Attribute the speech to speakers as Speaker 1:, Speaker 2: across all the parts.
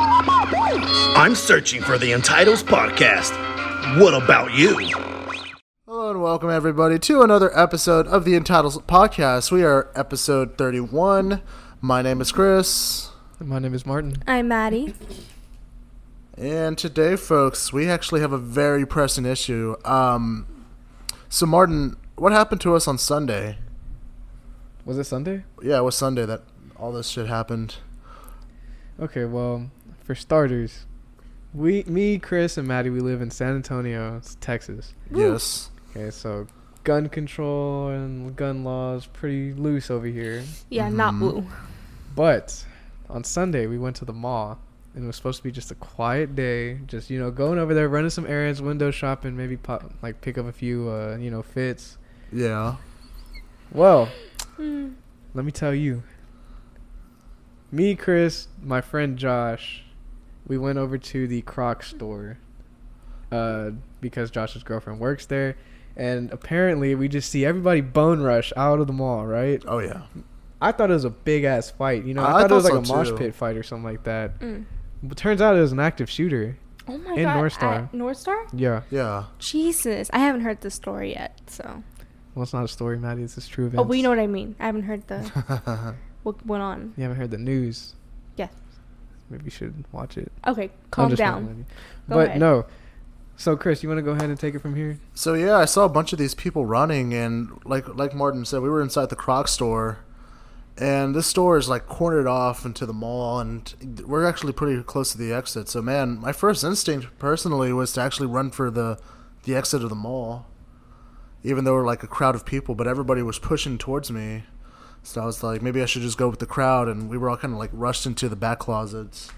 Speaker 1: I'm searching for the Entitles podcast. What about you?
Speaker 2: Hello and welcome everybody to another episode of the Entitles Podcast. We are episode 31. My name is Chris.
Speaker 3: My name is Martin.
Speaker 4: I'm Maddie.
Speaker 2: And today, folks, we actually have a very pressing issue. Um, so, Martin, what happened to us on Sunday?
Speaker 3: Was it Sunday?
Speaker 2: Yeah, it was Sunday that all this shit happened.
Speaker 3: Okay, well, for starters, we, me, Chris, and Maddie, we live in San Antonio, Texas.
Speaker 2: Yes.
Speaker 3: Okay, so gun control and gun laws pretty loose over here.
Speaker 4: Yeah, not woo.
Speaker 3: But on Sunday, we went to the mall, and it was supposed to be just a quiet day, just you know, going over there, running some errands, window shopping, maybe pop like pick up a few, uh, you know, fits.
Speaker 2: Yeah.
Speaker 3: Well,
Speaker 4: Hmm.
Speaker 3: let me tell you. Me, Chris, my friend Josh, we went over to the Croc store uh, because Josh's girlfriend works there. And apparently, we just see everybody bone rush out of the mall, right?
Speaker 2: Oh, yeah.
Speaker 3: I thought it was a big ass fight. You know,
Speaker 2: I
Speaker 3: I, thought, it was
Speaker 2: thought
Speaker 3: like
Speaker 2: so,
Speaker 3: a mosh
Speaker 2: too.
Speaker 3: pit fight or something like that.
Speaker 4: Mm.
Speaker 3: But turns out it was an active shooter.
Speaker 4: Oh my
Speaker 3: In
Speaker 4: god.
Speaker 3: North Star.
Speaker 4: at North Star?
Speaker 3: Yeah.
Speaker 2: Yeah.
Speaker 4: Jesus, I haven't heard the story yet. So,
Speaker 3: Well, it's not a story, Maddie. It's just true events.
Speaker 4: oh, well, you know what I mean. I haven't heard the what went on.
Speaker 3: You haven't heard the news.
Speaker 4: Yeah.
Speaker 3: Maybe you should watch it.
Speaker 4: Okay,
Speaker 3: I'm
Speaker 4: calm
Speaker 3: just
Speaker 4: down.
Speaker 3: playing with you.
Speaker 4: Go
Speaker 3: But
Speaker 4: ahead.
Speaker 3: no. So Chris, you want to go ahead and take it from here?
Speaker 2: So yeah, I saw a bunch of these people running, and like like Martin said, we were inside the Croc store, and this store is like cornered off into the mall, and we're actually pretty close to the exit. So man, my first instinct personally was to actually run for the the exit of the mall, even though we're like a crowd of people, but everybody was pushing towards me. So I was like, maybe I should just go with the crowd, and we were all kind of like rushed into the back closets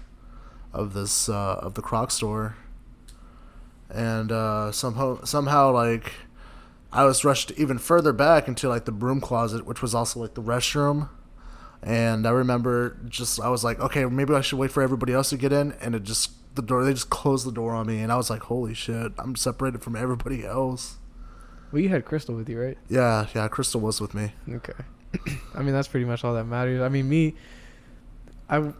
Speaker 2: of this uh, of the Croc store and uh, somehow somehow like I was rushed even further back into like the broom closet, which was also like the restroom. And I remember just I was like, okay, maybe I should wait for everybody else to get in, and it just the door they just closed the door on me, and I was like, holy shit, I'm separated from everybody else.
Speaker 3: Well, you had Crystal with you, right?
Speaker 2: Yeah, yeah, Crystal was with me.
Speaker 3: Okay. I mean, that's pretty much all that matters. I mean, me, I, w-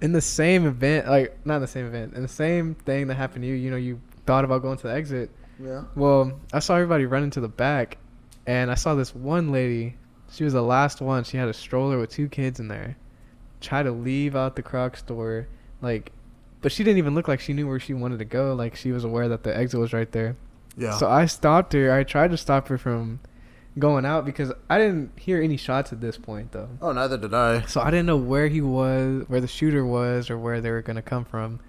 Speaker 3: in the same event, like not in the same event, in the same thing that happened to you. You know, you thought about going to the exit.
Speaker 2: Yeah.
Speaker 3: Well, I saw everybody running to the back, and I saw this one lady. She was the last one. She had a stroller with two kids in there. Try to leave out the Croc store, like, but she didn't even look like she knew where she wanted to go. Like she was aware that the exit was right there.
Speaker 2: Yeah.
Speaker 3: So I stopped her. I tried to stop her from going out because I didn't hear any shots at this point, though.
Speaker 2: oh, neither did I.
Speaker 3: So I didn't know where he was, where the shooter was, or where they were gonna come from.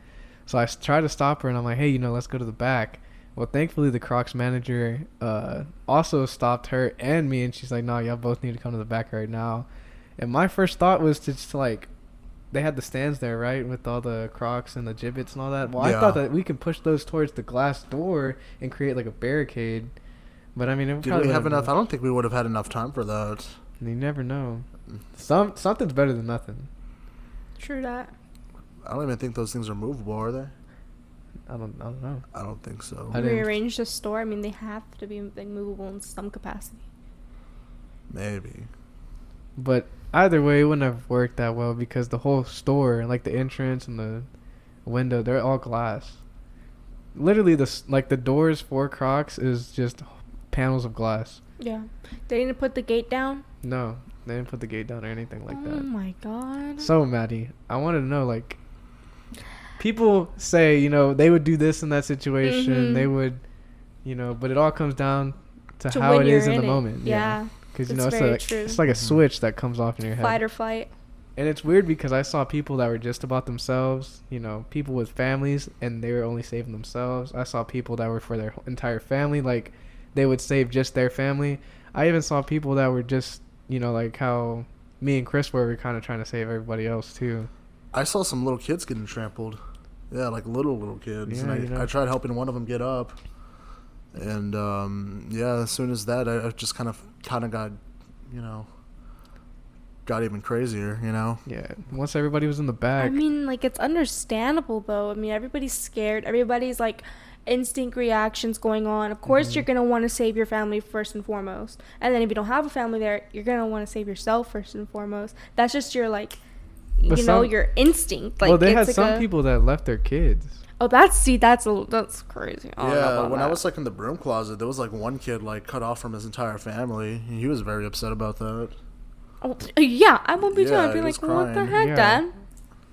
Speaker 3: So I s- tried to stop her, and I'm like, "Hey, you know, let's go to the back." Well, thankfully, the Crocs manager uh, also stopped her and me, and she's like, "No, y'all both need to come to the back right now." And my first thought was to just like, they had the stands there, right, with all the Crocs and the gibbets and all that. Well,
Speaker 2: Yeah.
Speaker 3: I thought that we can push those towards the glass door and create like a barricade. But I mean, it
Speaker 2: Did
Speaker 3: probably
Speaker 2: we have
Speaker 3: would've
Speaker 2: enough?
Speaker 3: been-
Speaker 2: I don't think we would have had enough time for that.
Speaker 3: You never know. Some something's better than nothing.
Speaker 4: True that.
Speaker 2: I don't even think those things are movable, are they?
Speaker 3: I don't. I don't know.
Speaker 2: I don't think so.
Speaker 3: I didn't-
Speaker 4: Rearrange the store. I mean, they have to be like, movable in some capacity.
Speaker 2: Maybe.
Speaker 3: But either way, it wouldn't have worked that well because the whole store, like the entrance and the window, they're all glass. Literally, the s- like the doors for Crocs is just panels of glass.
Speaker 4: Yeah, they didn't put the gate down.
Speaker 3: No, they didn't put the gate down or anything like
Speaker 4: oh
Speaker 3: that.
Speaker 4: my god.
Speaker 3: So Maddie, I wanted to know like, people say you know they would do this in that situation,
Speaker 4: Mhm.
Speaker 3: they would, you know, but it all comes down to,
Speaker 4: To
Speaker 3: how
Speaker 4: when
Speaker 3: it is
Speaker 4: you're
Speaker 3: in the
Speaker 4: in it.
Speaker 3: moment.
Speaker 4: Yeah,
Speaker 3: because you
Speaker 4: it's
Speaker 3: know it's
Speaker 4: very
Speaker 3: like
Speaker 4: true.
Speaker 3: it's like a switch that comes off in your head.
Speaker 4: fight or flight.
Speaker 3: And it's weird because I saw people that were just about themselves, you know, people with families, and they were only saving themselves. I saw people that were for their entire family, like they would save just their family. I even saw people that were just, you know, like how me and Chris were, we kind of trying to save everybody else too.
Speaker 2: I saw some little kids getting trampled. Yeah, like little little kids. and
Speaker 3: Yeah,
Speaker 2: I,
Speaker 3: you know.
Speaker 2: I tried helping one of them get up, and um, yeah, as soon as that, I, I just kind of kind of got, you know, got even crazier. You know.
Speaker 3: Yeah. Once everybody was in the back,
Speaker 4: I mean, like it's understandable though. I mean, everybody's scared. Everybody's like instinct reactions going on. Of course,
Speaker 3: Mm-hmm.
Speaker 4: you're going to want to save your family first and foremost. And then if you don't have a family there, you're going to want to save yourself first and foremost. That's just your like
Speaker 3: But
Speaker 4: you know,
Speaker 3: some-
Speaker 4: your instinct. Like
Speaker 3: well, they had
Speaker 4: like
Speaker 3: some
Speaker 4: a-
Speaker 3: people that left their kids.
Speaker 4: Oh, that's see, that's a, that's crazy. I don't know
Speaker 2: yeah,
Speaker 4: Oh, about
Speaker 2: when I
Speaker 4: that.
Speaker 2: was like in the broom closet, there was like one kid like cut off from his entire family, and he was very upset about that.
Speaker 4: Oh, yeah, I won't be too.
Speaker 2: Yeah,
Speaker 4: I'd be
Speaker 2: he was
Speaker 4: like, what the
Speaker 2: crying.
Speaker 4: heck,
Speaker 3: Yeah.
Speaker 4: Dad?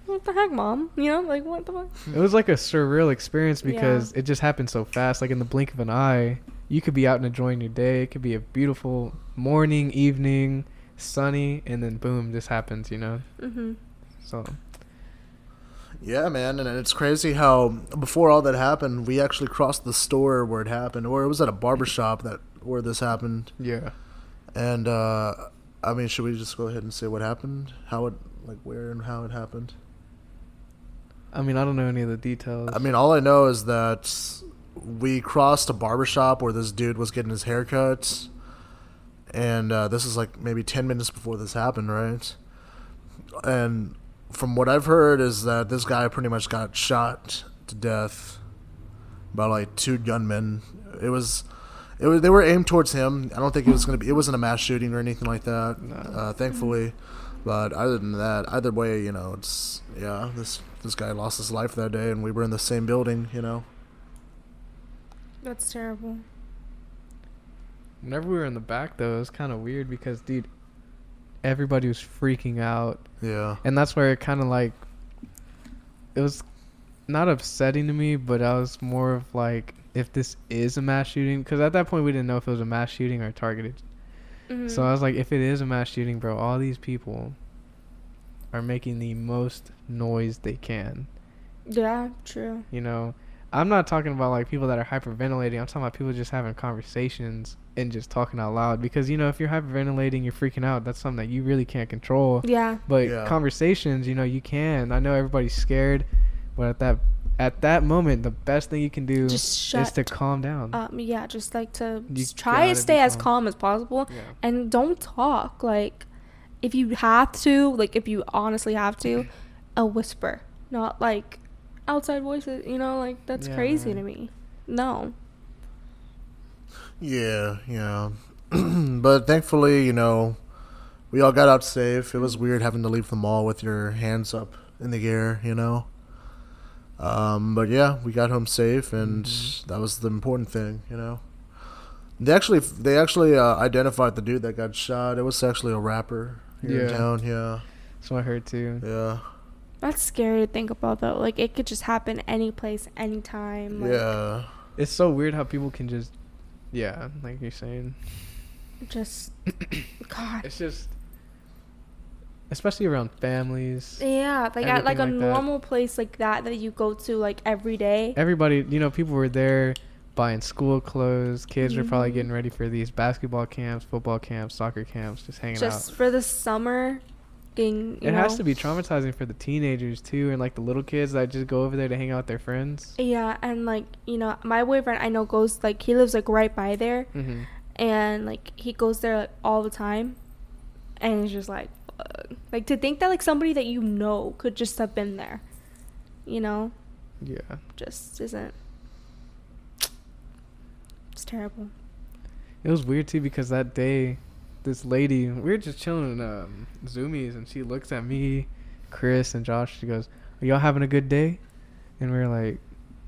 Speaker 4: What the heck, Mom? You know, like what the fuck?
Speaker 3: It was like a surreal experience
Speaker 4: Yeah.
Speaker 3: because it just happened so fast. Like in the blink of an eye, you could be out and enjoying your day. It could be a beautiful morning, evening, sunny, and then boom, this happens. You know,
Speaker 4: Mm-hmm.
Speaker 3: so
Speaker 2: Yeah, man, and it's crazy how before all that happened, we actually crossed the store where it happened, or it was at a barber shop that where this happened.
Speaker 3: yeah.
Speaker 2: And uh, I mean, should we just go ahead and say what happened, how it, like where and how it happened?
Speaker 3: I mean, I don't know any of the details.
Speaker 2: I mean, all I know is that we crossed a barbershop where this dude was getting his haircut, and uh, this is like maybe ten minutes before this happened, right? And from what I've heard is that this guy pretty much got shot to death by like two gunmen. It was. It was, they were aimed towards him. I don't think it was going to be. It wasn't a mass shooting or anything like that, uh, thankfully. But other than that, either way, you know, it's yeah. This this guy lost his life that day, and we were in the same building. You know,
Speaker 4: That's terrible.
Speaker 3: Whenever we were in the back, though, it was kind of weird because, dude, everybody was freaking out,
Speaker 2: yeah,
Speaker 3: and that's where it kind of like it was not upsetting to me, but I was more of like, if this is a mass shooting, because at that point we didn't know if it was a mass shooting or targeted.
Speaker 4: Mhm.
Speaker 3: So I was like, if it is a mass shooting, bro, all these people are making the most noise they can.
Speaker 4: yeah, true.
Speaker 3: You know, I'm not talking about like people that are hyperventilating. I'm talking about people just having conversations and just talking out loud because you know if you're hyperventilating, you're freaking out. That's something that you really can't control.
Speaker 4: Yeah,
Speaker 3: But
Speaker 2: Yeah.
Speaker 3: conversations, you know, you can. I know everybody's scared, but at that at that moment, the best thing you can do
Speaker 4: Just
Speaker 3: is
Speaker 4: shut
Speaker 3: to calm down.
Speaker 4: um, yeah, just like to
Speaker 3: You
Speaker 4: just try
Speaker 3: gotta be
Speaker 4: to stay as
Speaker 3: calm.
Speaker 4: calm as possible
Speaker 3: Yeah.
Speaker 4: and don't talk. Like, if you have to, like, if you honestly have to, a whisper, not like outside voices, you know, like that's
Speaker 3: Yeah,
Speaker 4: crazy
Speaker 3: right.
Speaker 4: to me. No.
Speaker 2: yeah, yeah. but thankfully, you know, we all got out safe. It was weird having to leave the mall with your hands up in the air. You know, um, but yeah, we got home safe, and
Speaker 3: Mm-hmm.
Speaker 2: that was the important thing. You know, they actually they actually uh, identified the dude that got shot. It was actually a rapper here
Speaker 3: Yeah.
Speaker 2: in town. Yeah,
Speaker 3: So I heard too.
Speaker 2: yeah.
Speaker 4: That's scary to think about though. Like it could just happen any place, anytime. Like,
Speaker 2: Yeah.
Speaker 3: It's so weird how people can just, yeah, like you're saying.
Speaker 4: Just God.
Speaker 3: It's just, especially around families.
Speaker 4: Yeah, like
Speaker 3: Everything
Speaker 4: at like a
Speaker 3: like that.
Speaker 4: normal place like that that you go to like every day.
Speaker 3: Everybody, you know, people were there buying school clothes. Kids were probably
Speaker 4: Mm-hmm.
Speaker 3: getting ready for these basketball camps, football camps, soccer camps, just hanging
Speaker 4: Just
Speaker 3: out.
Speaker 4: for the summer thing.
Speaker 3: It has to be traumatizing for the teenagers too, and like the little kids that just go over there to hang out with their friends.
Speaker 4: Yeah, and like, you know, my boyfriend I know goes like he lives like right by there
Speaker 3: Mm-hmm.
Speaker 4: and like he goes there like all the time. And it's just like uh, like to think that like somebody that you know could just have been there. You know,
Speaker 3: Yeah.
Speaker 4: just isn't It's terrible.
Speaker 3: It was weird too because that day, this lady, we were just chilling in um, Zoomies, and she looks at me, Chris, and Josh. She goes, "Are y'all having a good day?" And we were like,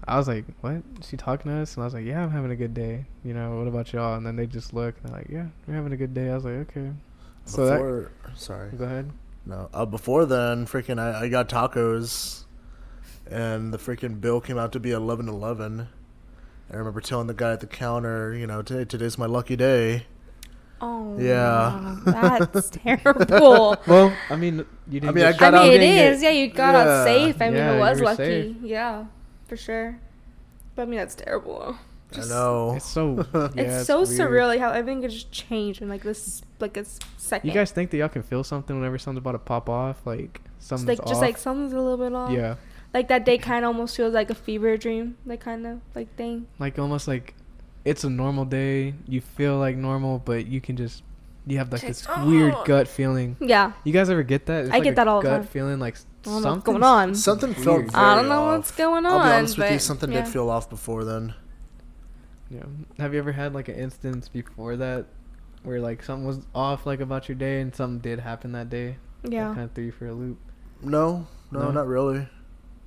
Speaker 3: "I was like, what? Is she talking to us?" And I was like, "Yeah, I'm having a good day. You know, what about y'all?" And then they just look, and they're like, "Yeah, we're having a good day." I was like, "Okay." So that,
Speaker 2: before, sorry.
Speaker 3: go ahead.
Speaker 2: No. Uh, before then, freaking, I, I got tacos, and the freaking bill came out to be eleven eleven. I remember telling the guy at the counter, you know, today today's my lucky day.
Speaker 4: Oh
Speaker 2: Yeah.
Speaker 4: wow, that's terrible.
Speaker 3: Well, I mean, you didn't.
Speaker 2: I mean, I
Speaker 3: get-
Speaker 2: got
Speaker 4: I
Speaker 2: out
Speaker 4: mean, it
Speaker 2: getting it.
Speaker 4: is. Yeah, you got out
Speaker 2: Yeah.
Speaker 4: safe. I mean,
Speaker 3: Yeah,
Speaker 4: it
Speaker 3: you
Speaker 4: was
Speaker 3: were
Speaker 4: lucky.
Speaker 3: safe.
Speaker 4: Yeah, for sure. But I mean, that's terrible. Just-
Speaker 2: I know.
Speaker 3: It's so. yeah,
Speaker 4: it's so
Speaker 3: weird.
Speaker 4: surreal how everything could just change in like this, like a s- second.
Speaker 3: You guys think that y'all can feel something whenever something's about to pop off, like
Speaker 4: just
Speaker 3: something's
Speaker 4: like, just
Speaker 3: off?
Speaker 4: like something's a little bit off.
Speaker 3: yeah.
Speaker 4: Like that day kind of almost feels like a fever dream, like kind of like thing.
Speaker 3: like almost like it's a normal day. You feel like normal, but you can just you have like this weird gut feeling.
Speaker 4: Yeah.
Speaker 3: You guys ever get that? It's
Speaker 4: I
Speaker 3: like
Speaker 4: get
Speaker 3: a
Speaker 4: that all the
Speaker 3: gut
Speaker 4: time.
Speaker 3: feeling like s-
Speaker 4: I don't know what's
Speaker 3: Something's-
Speaker 4: going on.
Speaker 2: Something felt.
Speaker 3: Weird.
Speaker 2: Very
Speaker 4: I don't know
Speaker 2: off.
Speaker 4: what's going on.
Speaker 2: I'll be honest with you.
Speaker 4: but,
Speaker 2: Something
Speaker 4: yeah.
Speaker 2: did feel off before then.
Speaker 3: Yeah. Have you ever had like an instance before that where like something was off like about your day and something did happen that day? That
Speaker 4: Yeah.
Speaker 3: kind of threw you for a loop.
Speaker 2: No, no,
Speaker 3: No?
Speaker 2: not really.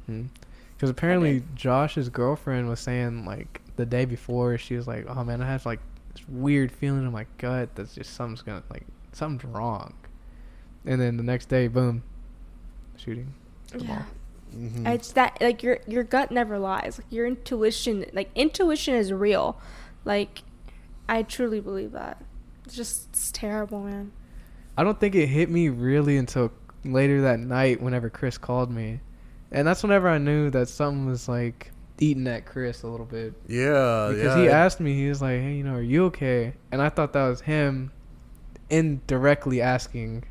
Speaker 3: Because apparently Josh's girlfriend was saying like the day before she was like, "Oh man, I have like this weird feeling in my gut that's just something's gonna like something's wrong," and then the next day, boom, shooting.
Speaker 4: Yeah.
Speaker 3: Mm-hmm.
Speaker 2: hmm
Speaker 4: It's that like your your gut never lies. Like your intuition, like intuition is real. Like I truly believe that. It's just it's terrible, man.
Speaker 3: I don't think it hit me really until later that night whenever Chris called me. And that's whenever I knew that something was like eating at Chris a little bit.
Speaker 2: yeah,
Speaker 3: Because
Speaker 2: yeah.
Speaker 3: he asked me, he was like, hey, you know, are you okay? And I thought that was him indirectly asking,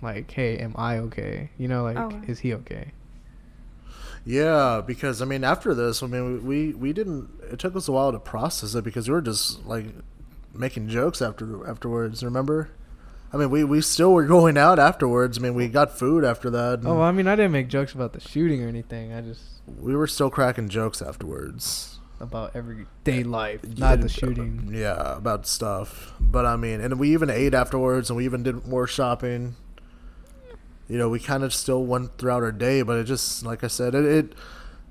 Speaker 3: like, hey, am I okay? You know, like,
Speaker 4: Oh.
Speaker 3: is he okay?
Speaker 2: Yeah, because I mean, after this, I mean, we we didn't. It took us a while to process it because we were just like making jokes after afterwards. Remember? I mean, we we still were going out afterwards. I mean, we got food after that. And
Speaker 3: Oh, I mean, I didn't make jokes about the shooting or anything. I just,
Speaker 2: we were still cracking jokes afterwards.
Speaker 3: about everyday life, not the shooting.
Speaker 2: Yeah, about stuff. But I mean, and we even ate afterwards, and we even did more shopping. You know, we kind of still went throughout our day, but it just, like I said, it it,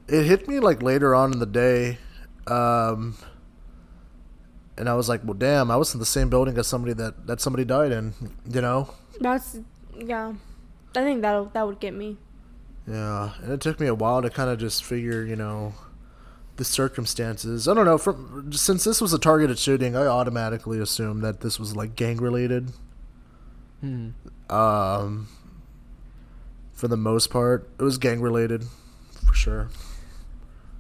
Speaker 2: it hit me like later on in the day, um, and I was like, well, damn, I was in the same building as somebody that that somebody died in. You know,
Speaker 4: That's yeah. I think that'll that would get me.
Speaker 2: yeah, and it took me a while to kind of just figure, you know. The circumstances. I don't know. From since this was a targeted shooting, I automatically assumed that this was like gang related.
Speaker 3: Hmm.
Speaker 2: um, for the most part. It was gang related, for sure.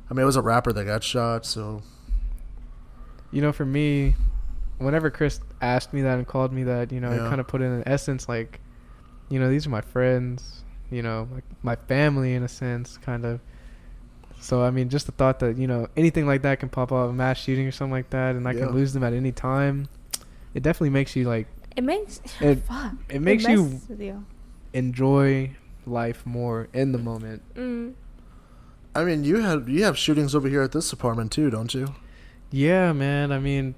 Speaker 2: I mean, it was a rapper that got shot, so
Speaker 3: you know, for me, whenever Chris asked me that and called me that, you know,
Speaker 2: Yeah.
Speaker 3: it kind of put in an essence like, you know, these are my friends, you know, like my family in a sense, kind of. So I mean, just the thought that you know anything like that can pop up, a mass shooting or something like that, and I
Speaker 2: Yeah.
Speaker 3: can lose them at any time. It definitely makes you like
Speaker 4: It makes
Speaker 3: It-
Speaker 4: fuck.
Speaker 3: it makes you-
Speaker 4: messes with you.
Speaker 3: enjoy life more in the moment.
Speaker 4: Mm.
Speaker 2: I mean, you have you have shootings over here at this apartment too, don't you?
Speaker 3: Yeah, man. I mean,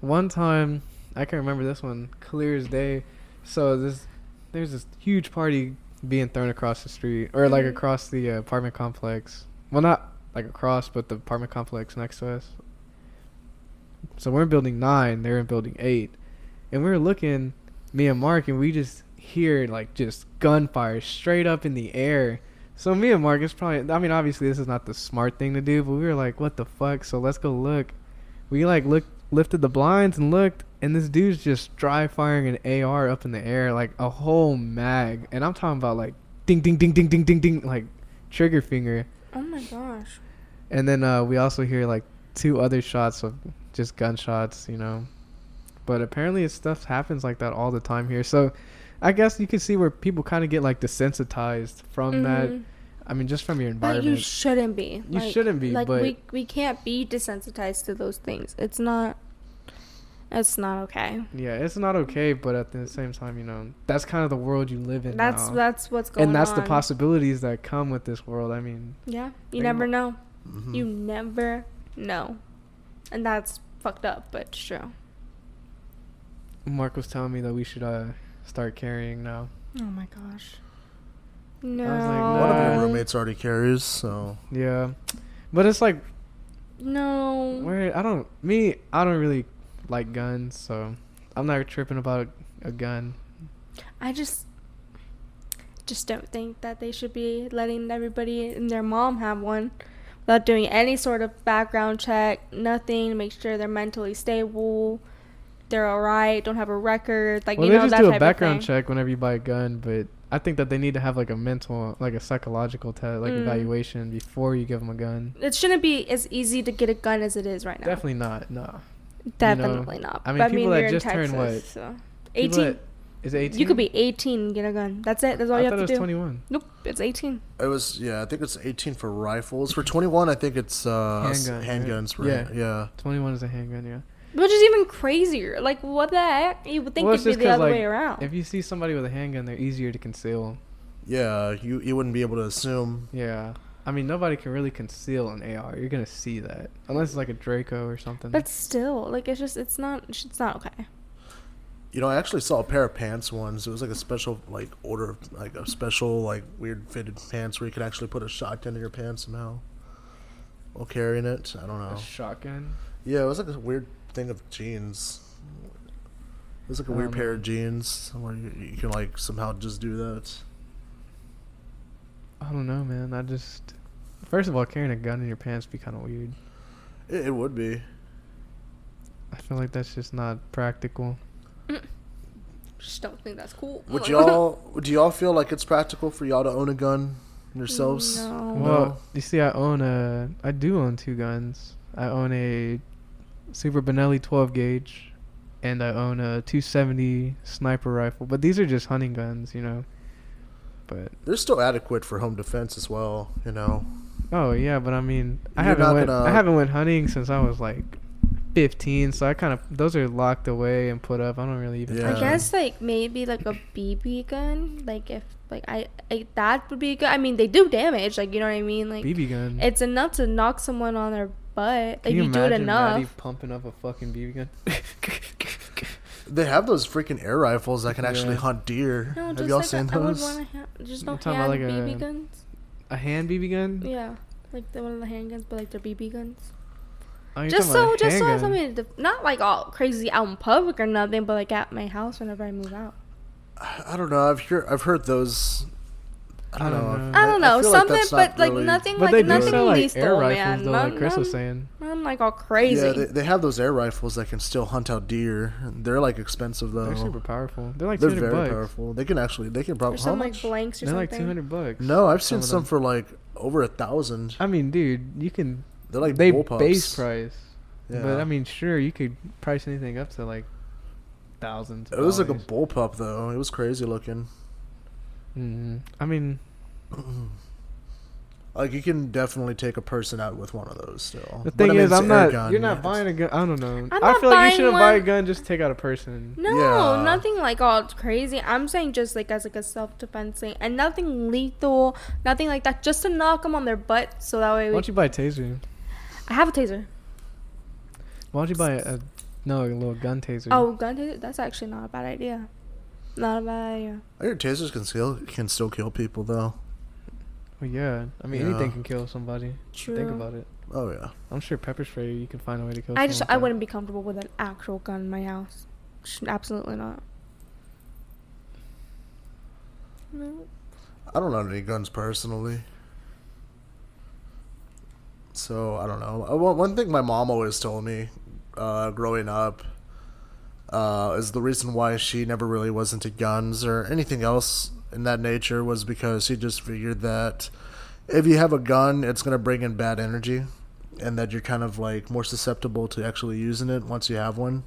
Speaker 3: one time I can remember this one clear as day. So this there's this huge party being thrown across the street or like
Speaker 4: Mhm.
Speaker 3: across the uh, apartment complex. Well, not like across, but the apartment complex next to us. So we're in building 9, they're in building 8. And we were looking me and Mark and we just hear like just gunfire straight up in the air. So me and Marcus probably I mean obviously this is not the smart thing to do, but we were like, what the fuck? So let's go look. We like looked lifted the blinds and looked and this dude's just dry firing an AR up in the air like a whole mag. And I'm talking about like ding ding ding ding ding ding ding like trigger finger.
Speaker 4: Oh my gosh.
Speaker 3: And then uh, we also hear like two other shots of just gunshots, you know. But apparently, it's stuff happens like that all the time here. So, I guess you can see where people kind of get like desensitized from that.
Speaker 4: Mhm.
Speaker 3: I mean, just from your
Speaker 4: But
Speaker 3: environment.
Speaker 4: you shouldn't be.
Speaker 3: You shouldn't be,
Speaker 4: Like
Speaker 3: but-
Speaker 4: we we can't be desensitized to those things. It's not. It's not okay.
Speaker 3: yeah, it's not okay, but at the same time, you know, that's kind of the world you live in
Speaker 4: That's
Speaker 3: now.
Speaker 4: that's what's going on.
Speaker 3: and that's the possibilities that come with this world. I mean,
Speaker 4: Yeah, you
Speaker 3: Think
Speaker 4: never
Speaker 3: about-
Speaker 4: know.
Speaker 3: Mm-hmm.
Speaker 2: Mhm.
Speaker 4: You never know, and that's fucked up, but it's true.
Speaker 3: Mark was telling me that we should uh, start carrying now.
Speaker 4: Oh my gosh. No.
Speaker 3: was like, no.
Speaker 2: One of
Speaker 3: Uh,
Speaker 2: your roommates already carries, so
Speaker 3: Yeah, but it's like
Speaker 4: No.
Speaker 3: Where I don't me I don't really like guns, so I'm not tripping about a gun.
Speaker 4: I just just don't think that they should be letting everybody and their mom have one without doing any sort of background check, nothing, make sure they're mentally stable, they're all right, don't have a record, like
Speaker 3: well,
Speaker 4: you
Speaker 3: they
Speaker 4: know
Speaker 3: just
Speaker 4: that
Speaker 3: do
Speaker 4: type
Speaker 3: a background
Speaker 4: of thing.
Speaker 3: check whenever you buy a gun, but I think that they need to have like a mental, like a psychological test, like
Speaker 4: Mm.
Speaker 3: evaluation before you give them a gun.
Speaker 4: It shouldn't be as easy to get a gun as it is right now.
Speaker 3: Definitely not. No.
Speaker 4: Definitely not.
Speaker 3: I mean,
Speaker 4: But
Speaker 3: people that
Speaker 4: we're in
Speaker 3: just turned, what,
Speaker 4: so.
Speaker 3: People
Speaker 4: 18.
Speaker 3: that- Is it 18?
Speaker 4: You could be 18 and get a gun. That's it. That's all
Speaker 3: I
Speaker 4: you
Speaker 3: thought
Speaker 4: have to
Speaker 3: it
Speaker 4: do.
Speaker 3: was 21.
Speaker 4: Nope, it's 18.
Speaker 2: it was yeah. I think it's 18 for rifles. For 21, I think it's uh, s-
Speaker 3: Handgun, right?
Speaker 2: handguns. Right? Yeah,
Speaker 3: 21 is a handgun, yeah.
Speaker 4: Which is even crazier. Like, what the heck? You would think
Speaker 3: Well, it's
Speaker 4: it'd be
Speaker 3: just
Speaker 4: the
Speaker 3: 'cause,
Speaker 4: other
Speaker 3: like,
Speaker 4: way around.
Speaker 3: If you see somebody with a handgun, they're easier to conceal.
Speaker 2: yeah, you you wouldn't be able to assume.
Speaker 3: Yeah. I mean, nobody can really conceal an AR. You're gonna see that, unless it's like a Draco or something.
Speaker 4: But still, like it's just it's not it's not okay.
Speaker 2: You know, I actually saw a pair of pants once. It was like a special like order of like a special like weird fitted pants where you could actually put a shotgun in your pants somehow while carrying it. I don't know.
Speaker 3: a shotgun.
Speaker 2: Yeah, it was like a weird thing of jeans. It was like a
Speaker 3: I
Speaker 2: weird
Speaker 3: don't
Speaker 2: pair of jeans where you, you can like somehow just do that.
Speaker 3: I don't know, man. I just first of all, carrying a gun in your pants be kind of weird.
Speaker 2: It, it would be.
Speaker 3: I feel like that's just not practical.
Speaker 4: Just don't think that's cool.
Speaker 2: Would y'all? do y'all feel like it's practical for y'all to own a gun yourselves?
Speaker 4: No.
Speaker 3: Well, you see, I own a. I do own two guns. I own a Super Benelli 12 gauge, and I own a 270 sniper rifle. But these are just hunting guns, you know. But
Speaker 2: They're still adequate for home defense as well. You know.
Speaker 3: oh yeah, but I mean, I
Speaker 2: You're not
Speaker 3: haven't went.
Speaker 2: gonna-
Speaker 3: I haven't went hunting since I was like 15. So I kind of those are locked away and put up. I don't really even.
Speaker 2: Yeah.
Speaker 4: I guess like maybe like a BB gun, like if like I like that would be good. I mean, they do damage, like you know what I mean. Like
Speaker 3: BB gun.
Speaker 4: it's enough to knock someone on their butt
Speaker 3: Can
Speaker 4: if you, do it
Speaker 3: imagine
Speaker 4: enough.
Speaker 3: Maddie pumping up a fucking BB gun?
Speaker 2: They have those freaking air rifles that can actually
Speaker 3: Yeah.
Speaker 2: hunt deer.
Speaker 4: No,
Speaker 2: have
Speaker 4: just
Speaker 2: y'all
Speaker 4: like
Speaker 2: seen
Speaker 4: a, I would
Speaker 2: those?
Speaker 4: want to ha- just
Speaker 3: You're
Speaker 4: don't
Speaker 3: talking about,
Speaker 4: have
Speaker 3: like,
Speaker 4: BB
Speaker 3: a-
Speaker 4: guns.
Speaker 3: a hand BB gun?
Speaker 4: Yeah, like the one of the handguns, but like the BB guns.
Speaker 3: Oh, you're
Speaker 4: just
Speaker 3: talking
Speaker 4: so,
Speaker 3: about a
Speaker 4: just so
Speaker 3: handgun.
Speaker 4: it's something, to, not like all crazy out in public or nothing, but like at my house whenever I move out.
Speaker 2: I don't know. I've heard. I've heard those. I don't,
Speaker 3: I
Speaker 2: know.
Speaker 3: don't know.
Speaker 2: I-
Speaker 4: I don't know
Speaker 2: I feel
Speaker 4: something,
Speaker 2: that's not
Speaker 4: but like
Speaker 2: really-
Speaker 4: nothing,
Speaker 3: But
Speaker 4: like
Speaker 3: they do
Speaker 4: nothing
Speaker 3: sell like
Speaker 4: lethal,
Speaker 3: air
Speaker 4: man.
Speaker 3: rifles though,
Speaker 4: None-
Speaker 3: like Chris was
Speaker 4: none-
Speaker 3: saying.
Speaker 4: none, like all crazy.
Speaker 2: Yeah, they, they have those air rifles that can still hunt out deer. They're like expensive though.
Speaker 3: They're super powerful. They're like
Speaker 2: They're
Speaker 3: 200
Speaker 2: very
Speaker 3: bucks.
Speaker 2: powerful. They can actually. They can
Speaker 4: or
Speaker 2: probably. How
Speaker 4: some like
Speaker 2: much?
Speaker 4: blanks or
Speaker 3: They're like
Speaker 4: something.
Speaker 3: 200 bucks.
Speaker 2: No, I've
Speaker 3: Some
Speaker 2: seen
Speaker 3: of
Speaker 2: some
Speaker 3: them.
Speaker 2: for like over a thousand.
Speaker 3: I mean, dude, you can.
Speaker 2: They're like
Speaker 3: they
Speaker 2: bullpups.
Speaker 3: base price.
Speaker 2: Yeah.
Speaker 3: But I mean, sure, you could price anything up to like thousands.
Speaker 2: it was like a bullpup though. It was crazy looking.
Speaker 3: hmm I mean,
Speaker 2: Like you can definitely take a person out with one of those still.
Speaker 3: the
Speaker 2: But I
Speaker 3: thing
Speaker 2: mean,
Speaker 3: is,
Speaker 2: it's
Speaker 3: I'm
Speaker 2: air
Speaker 3: not.
Speaker 2: gun,
Speaker 3: you're
Speaker 2: yeah,
Speaker 3: not
Speaker 2: it's-
Speaker 3: buying a gun. I don't know. I
Speaker 4: not
Speaker 3: feel like
Speaker 4: buying
Speaker 3: you shouldn't buy a
Speaker 4: one.
Speaker 3: gun. Just take out a person.
Speaker 4: No,
Speaker 2: Yeah.
Speaker 4: nothing like all crazy. I'm saying just like as like a self defense thing, and nothing lethal, nothing like that. Just to knock them on their butt, so that way
Speaker 3: Why
Speaker 4: we.
Speaker 3: don't you buy a taser?
Speaker 4: I have a taser.
Speaker 3: Why don't you buy a, a no a little gun taser?
Speaker 4: Oh, gun taser. That's actually not a bad idea. Not a bad idea.
Speaker 2: I hear tasers can still can still kill people though.
Speaker 3: Well, yeah. I mean,
Speaker 2: Yeah.
Speaker 3: anything can kill somebody.
Speaker 4: True.
Speaker 3: Think about it.
Speaker 2: Oh yeah.
Speaker 3: I'm sure pepper spray. You can find a way to kill.
Speaker 4: I just
Speaker 3: someone with
Speaker 4: I
Speaker 3: that.
Speaker 4: wouldn't be comfortable with an actual gun in my house. Sh- Absolutely not. No.
Speaker 2: I don't own any guns personally. So I don't know. Uh, One one thing my mom always told me, uh, growing up, uh, is the reason why she never really was into guns or anything else in that nature was because she just figured that if you have a gun, it's gonna bring in bad energy, and that you're kind of like more susceptible to actually using it once you have one.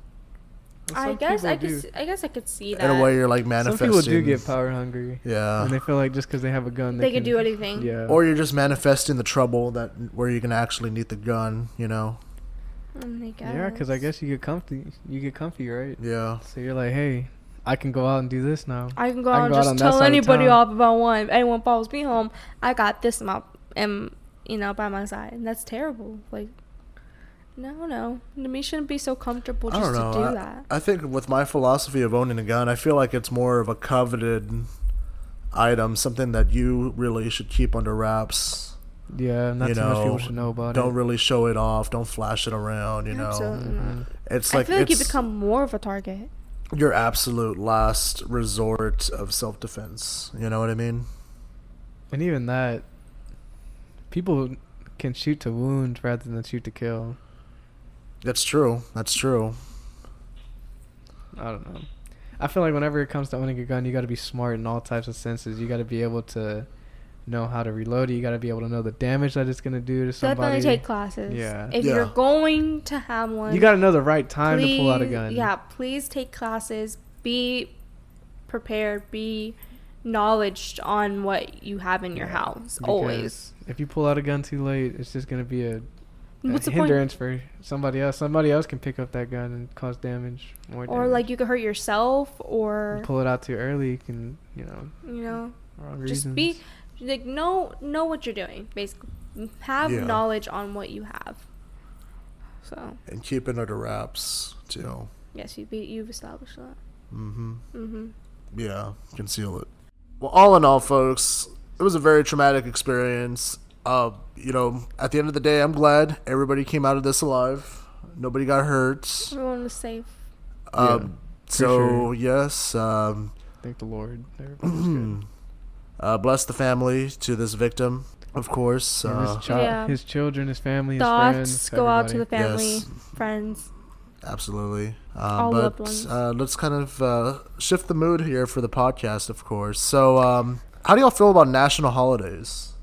Speaker 3: Well,
Speaker 4: I
Speaker 3: some
Speaker 4: guess
Speaker 3: people
Speaker 4: I
Speaker 3: do.
Speaker 4: could s- I guess I could see that.
Speaker 2: In a way, you're like
Speaker 3: Some
Speaker 2: manifesting.
Speaker 3: people do get power hungry,
Speaker 2: Yeah.
Speaker 3: and they feel like just because they have a gun,
Speaker 4: they,
Speaker 3: they,
Speaker 4: could do anything.
Speaker 3: Yeah.
Speaker 2: or you're just manifesting the trouble that where you can actually need the gun you know
Speaker 4: Oh my god.
Speaker 3: yeah, because I guess you get comfy. You get comfy, right?
Speaker 2: yeah
Speaker 3: So you're like, hey, I can go out and do this now.
Speaker 4: I can go
Speaker 3: I
Speaker 4: out
Speaker 3: can
Speaker 4: and
Speaker 3: go out
Speaker 4: just
Speaker 3: on that
Speaker 4: tell
Speaker 3: side of
Speaker 4: anybody
Speaker 3: town.
Speaker 4: off if I want. If anyone follows me home, I got this in my and you know by my side, and that's terrible. Like, no, no, we shouldn't be so comfortable
Speaker 2: i
Speaker 4: just
Speaker 2: don't know
Speaker 4: to do
Speaker 2: I,
Speaker 4: that.
Speaker 2: I think with my philosophy of owning a gun i feel like it's more of a coveted item something that you really should keep under wraps
Speaker 3: Yeah, not
Speaker 2: you
Speaker 3: too
Speaker 2: know
Speaker 3: much people should know about
Speaker 2: don't
Speaker 3: it.
Speaker 2: really show it off don't flash it around you know mm-hmm.
Speaker 4: Absolutely not.
Speaker 2: it's like
Speaker 4: I feel like you
Speaker 2: it's
Speaker 4: become more of a target.
Speaker 2: your absolute last resort of self-defense you know what i mean
Speaker 3: and even that, people can shoot to wound rather than shoot to kill.
Speaker 2: that's true that's true
Speaker 3: I don't know. I feel like whenever it comes to owning a gun, you got to be smart in all types of senses. You got to be able to know how to reload it. You got to be able to know the damage that it's gonna do to somebody.
Speaker 4: Definitely take classes.
Speaker 3: Yeah.
Speaker 4: If
Speaker 2: Yeah.
Speaker 4: you're going to have one,
Speaker 3: you got to know the right time to pull out a
Speaker 4: please-
Speaker 3: gun.
Speaker 4: Yeah, please take classes. Be prepared. Be knowledged on what you have in your house.
Speaker 3: Because
Speaker 4: Always.
Speaker 3: If you pull out a gun too late, it's just gonna be a a
Speaker 4: What's the point?
Speaker 3: hindrance for somebody else. Somebody else can pick up that gun and cause damage. More
Speaker 4: Or
Speaker 3: damage.
Speaker 4: like you could hurt yourself,
Speaker 3: You
Speaker 4: or
Speaker 3: pull it out too early. You can you know
Speaker 4: you know,
Speaker 3: wrong
Speaker 4: just
Speaker 3: reasons.
Speaker 4: be like know know what you're doing. Basically, have
Speaker 2: Yeah.
Speaker 4: knowledge on what you have. So
Speaker 2: and keeping it under wraps too.
Speaker 4: yes, you be you've established that.
Speaker 2: Mm-hmm.
Speaker 4: hmm
Speaker 2: Yeah, conceal it. Well, all in all, folks, it was a very traumatic experience. Uh, you know, at the end of the day, I'm glad everybody came out of this alive. Nobody got hurt.
Speaker 4: Everyone was safe.
Speaker 2: Um, so
Speaker 3: sure.
Speaker 2: yes, um,
Speaker 3: Thank the Lord. Everybody's good.
Speaker 2: uh, bless the family to this victim, of course.
Speaker 3: And
Speaker 2: Uh,
Speaker 3: his, chi-
Speaker 4: Yeah.
Speaker 3: his children, his family, his
Speaker 4: Thoughts
Speaker 3: friends.
Speaker 4: go out to the
Speaker 3: everybody.
Speaker 4: family,
Speaker 2: Yes.
Speaker 4: friends.
Speaker 2: Absolutely.
Speaker 4: All
Speaker 2: Um,
Speaker 4: loved
Speaker 2: but
Speaker 4: ones.
Speaker 2: uh, let's kind of uh, shift the mood here for the podcast, of course. So, um, how do y'all feel about national holidays?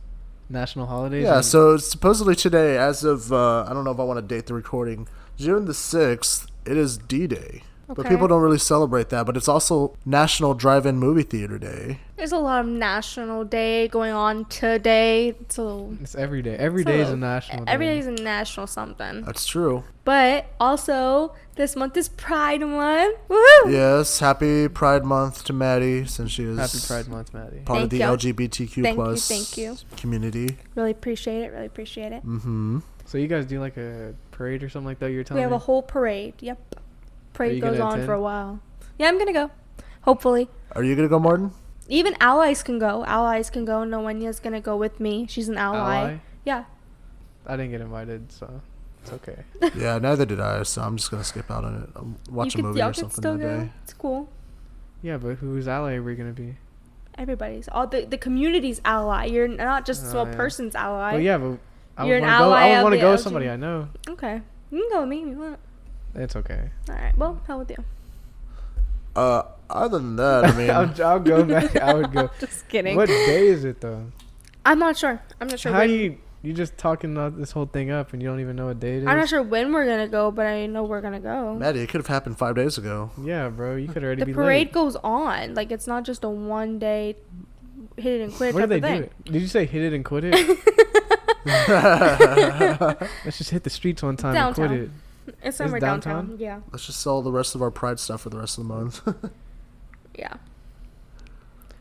Speaker 3: national holidays.
Speaker 2: Yeah,
Speaker 4: Mm-hmm.
Speaker 3: and-
Speaker 2: so supposedly today, as of, uh, I don't know if I want to date the recording, June the 6th, it is D Day. But
Speaker 4: Okay.
Speaker 2: people don't really celebrate that, but it's also National Drive In Movie Theater Day.
Speaker 4: There's a lot of national day going on today. It's a little.
Speaker 3: it's every day. Every day is a national.
Speaker 4: Every
Speaker 3: day. Uh,
Speaker 4: day is a national something.
Speaker 2: That's true.
Speaker 4: But also, this month is Pride Month. Woohoo!
Speaker 2: Yes, happy Pride Month to Maddie since she is
Speaker 3: Happy Pride Month, Maddie.
Speaker 2: part of
Speaker 4: Thank
Speaker 2: the
Speaker 4: you.
Speaker 2: LGBTQ
Speaker 4: Thank you,
Speaker 2: plus
Speaker 4: thank you.
Speaker 2: community.
Speaker 4: Really appreciate it. Really appreciate it.
Speaker 2: Mm-hmm.
Speaker 3: So you guys do like a parade or something like that? You're
Speaker 4: We
Speaker 3: telling
Speaker 4: have
Speaker 3: me.
Speaker 4: a whole parade. Yep.
Speaker 3: you
Speaker 4: Parade
Speaker 3: gonna
Speaker 4: goes on for
Speaker 3: attend?
Speaker 4: a while. Yeah, I'm gonna go. Hopefully,
Speaker 2: Are you going to go, Martin?
Speaker 4: even allies can go. Allies can go. Noania's gonna go with me. She's an ally.
Speaker 3: Ally?
Speaker 4: Yeah.
Speaker 3: I didn't get invited, so it's okay.
Speaker 2: Yeah, neither did I. So I'm just gonna skip out on it. I'll watch a
Speaker 4: you could,
Speaker 2: movie
Speaker 4: y'all
Speaker 2: or
Speaker 4: could
Speaker 2: something
Speaker 4: still go.
Speaker 2: today.
Speaker 4: It's cool.
Speaker 3: Yeah, but whose ally are we gonna be?
Speaker 4: Everybody's all the the community's ally. You're not just a
Speaker 3: Oh,
Speaker 4: small
Speaker 3: yeah.
Speaker 4: person's ally.
Speaker 3: Well, yeah, but I
Speaker 4: You're
Speaker 3: would want to go.
Speaker 4: an ally
Speaker 3: I
Speaker 4: of
Speaker 3: would want to
Speaker 4: the
Speaker 3: go with
Speaker 4: LGBT.
Speaker 3: somebody I know.
Speaker 4: Okay. You can go with me if you want.
Speaker 3: It's okay.
Speaker 4: All right. Well, how with you?
Speaker 2: Uh, other than that, I mean,
Speaker 3: I'll, I'll go. Back. I would go.
Speaker 4: Just kidding.
Speaker 3: What day is it though?
Speaker 4: I'm not sure. I'm not sure.
Speaker 3: How
Speaker 4: when,
Speaker 3: do you you just talking all this whole thing up and you don't even know what day it is?
Speaker 4: I'm not sure when we're gonna go, but I know we're gonna go.
Speaker 2: Maddie, it could have happened five days ago.
Speaker 3: Yeah, bro, you could already
Speaker 4: the
Speaker 3: be
Speaker 4: parade
Speaker 3: late.
Speaker 4: goes on. Like it's not just a one day hit it and quit
Speaker 3: Where
Speaker 4: type
Speaker 3: did they
Speaker 4: of
Speaker 3: do
Speaker 4: thing.
Speaker 3: it? Did you say hit it and quit it? Let's just hit the streets one time and quit it.
Speaker 4: Downtown. It's somewhere
Speaker 3: downtown?
Speaker 4: downtown. Yeah,
Speaker 2: Let's just sell the rest of our Pride stuff for the rest of the month.
Speaker 4: yeah.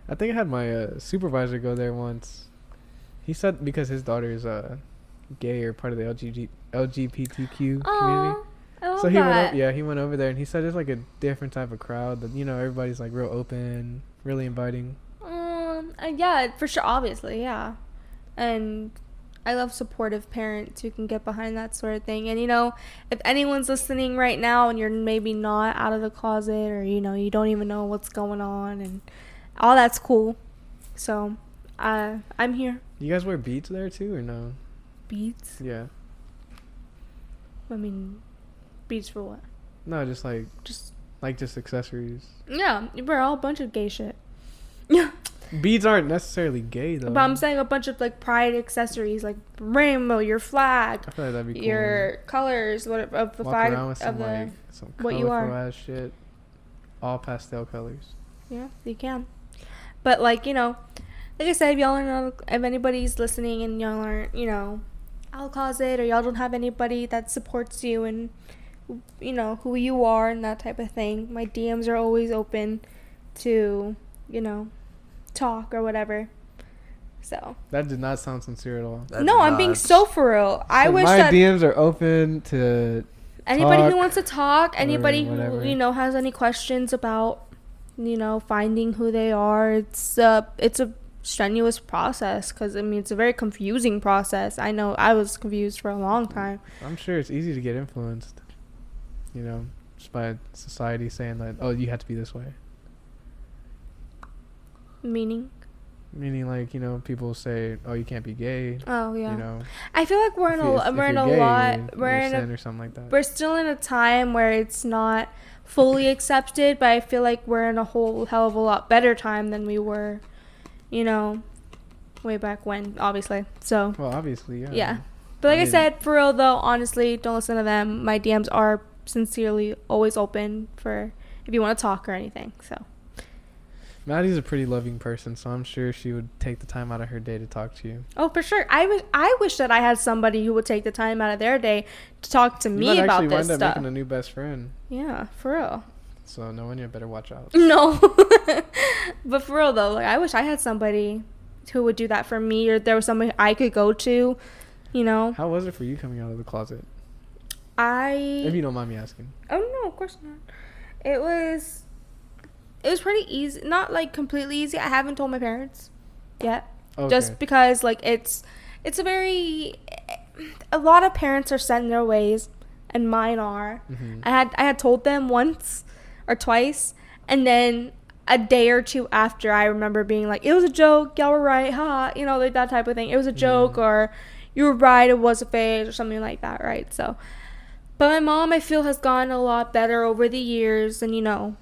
Speaker 3: I think I had my uh, supervisor go there once. He said because his daughter is uh, gay or part of the LGBT, LGBTQ community.
Speaker 4: Oh, I love
Speaker 3: So he went,
Speaker 4: that.
Speaker 3: o- yeah, he went over there and he said it's like a different type of crowd that you know everybody's like real open, really inviting.
Speaker 4: Um, uh, yeah, for sure. Obviously, yeah. And I love supportive parents who can get behind that sort of thing. And you know, if anyone's listening right now and you're maybe not out of the closet or you know you don't even know what's going on and all that's cool. So, uh, I'm here.
Speaker 3: You guys wear beads there too or no?
Speaker 4: Beads.
Speaker 3: Yeah,
Speaker 4: I mean, beads for what?
Speaker 3: no, just like
Speaker 4: Just
Speaker 3: like just accessories.
Speaker 4: yeah, we're all a bunch of gay shit. Yeah.
Speaker 3: Beads aren't necessarily gay though.
Speaker 4: But I'm saying a bunch of like pride accessories, like rainbow, your flag,
Speaker 3: I feel like that'd be cool.
Speaker 4: your colors, what of the
Speaker 3: Walk
Speaker 4: flag
Speaker 3: around with
Speaker 4: of
Speaker 3: some
Speaker 4: the
Speaker 3: like some
Speaker 4: what
Speaker 3: colorful
Speaker 4: you are.
Speaker 3: ass shit, all pastel colors.
Speaker 4: yeah, you can. But like you know, like I said, if y'all are not, if anybody's listening and y'all aren't, you know, out of closet or y'all don't have anybody that supports you and you know who you are and that type of thing, my DMs are always open to you know talk or whatever. So
Speaker 3: That did not sound sincere at all.
Speaker 2: That
Speaker 4: no,
Speaker 2: did
Speaker 4: I'm being
Speaker 2: not-
Speaker 4: so for real. I
Speaker 3: So
Speaker 4: wish
Speaker 3: my
Speaker 4: that
Speaker 3: DMs are open to
Speaker 4: anybody who
Speaker 3: talk
Speaker 4: wants to talk anybody who
Speaker 3: whatever.
Speaker 4: you know has any questions about you know finding who they are it's uh it's a strenuous process because i mean it's a very confusing process i know i was confused for a long time
Speaker 3: I'm sure it's easy to get influenced. You know, just by society saying that, oh, you have to be this way.
Speaker 4: meaning
Speaker 3: Meaning, like, you know, people say, oh, you can't be gay.
Speaker 4: oh yeah
Speaker 3: You know,
Speaker 4: i feel like we're in
Speaker 3: if
Speaker 4: a
Speaker 3: you- if- if
Speaker 4: we're in
Speaker 3: you're
Speaker 4: a
Speaker 3: gay, you're-
Speaker 4: lot
Speaker 3: you're
Speaker 4: we're in a
Speaker 3: sin or something like that.
Speaker 4: we're still in a time where it's not fully accepted, but I feel like we're in a whole hell of a lot better time than we were, you know, way back when, obviously. So,
Speaker 3: well, obviously, yeah.
Speaker 4: yeah. But like I,
Speaker 3: I mean-
Speaker 4: said, for real though, honestly, don't listen to them. My DMs are sincerely always open for if you want to talk or anything. So,
Speaker 3: Maddie's a pretty loving person, so I'm sure she would take the time out of her day to talk to you.
Speaker 4: Oh, for sure. I wish I wish that I had somebody who would take the time out of their day to talk to
Speaker 3: you
Speaker 4: me
Speaker 3: might
Speaker 4: about
Speaker 3: actually
Speaker 4: this
Speaker 3: wind up
Speaker 4: stuff.
Speaker 3: making a new best friend,
Speaker 4: yeah, for real.
Speaker 3: so no one you better watch out.
Speaker 4: No, but for real though, like I wish I had somebody who would do that for me, or there was somebody I could go to. You know,
Speaker 3: How was it for you coming out of the closet? If
Speaker 4: I.
Speaker 3: you don't mind me asking.
Speaker 4: Oh no, of course not. It was. It was pretty easy. Not like completely easy. I haven't told my parents yet.
Speaker 3: Okay.
Speaker 4: just because like it's it's a very a lot of parents are set in their ways and mine are
Speaker 3: Mhm.
Speaker 4: i had i had told them once or twice and then a day or two after i remember being like it was a joke y'all were right ha you know like that type of thing it was a joke or you were right it was a phase or something like that right so but my mom i feel has gotten a lot better over the years and you know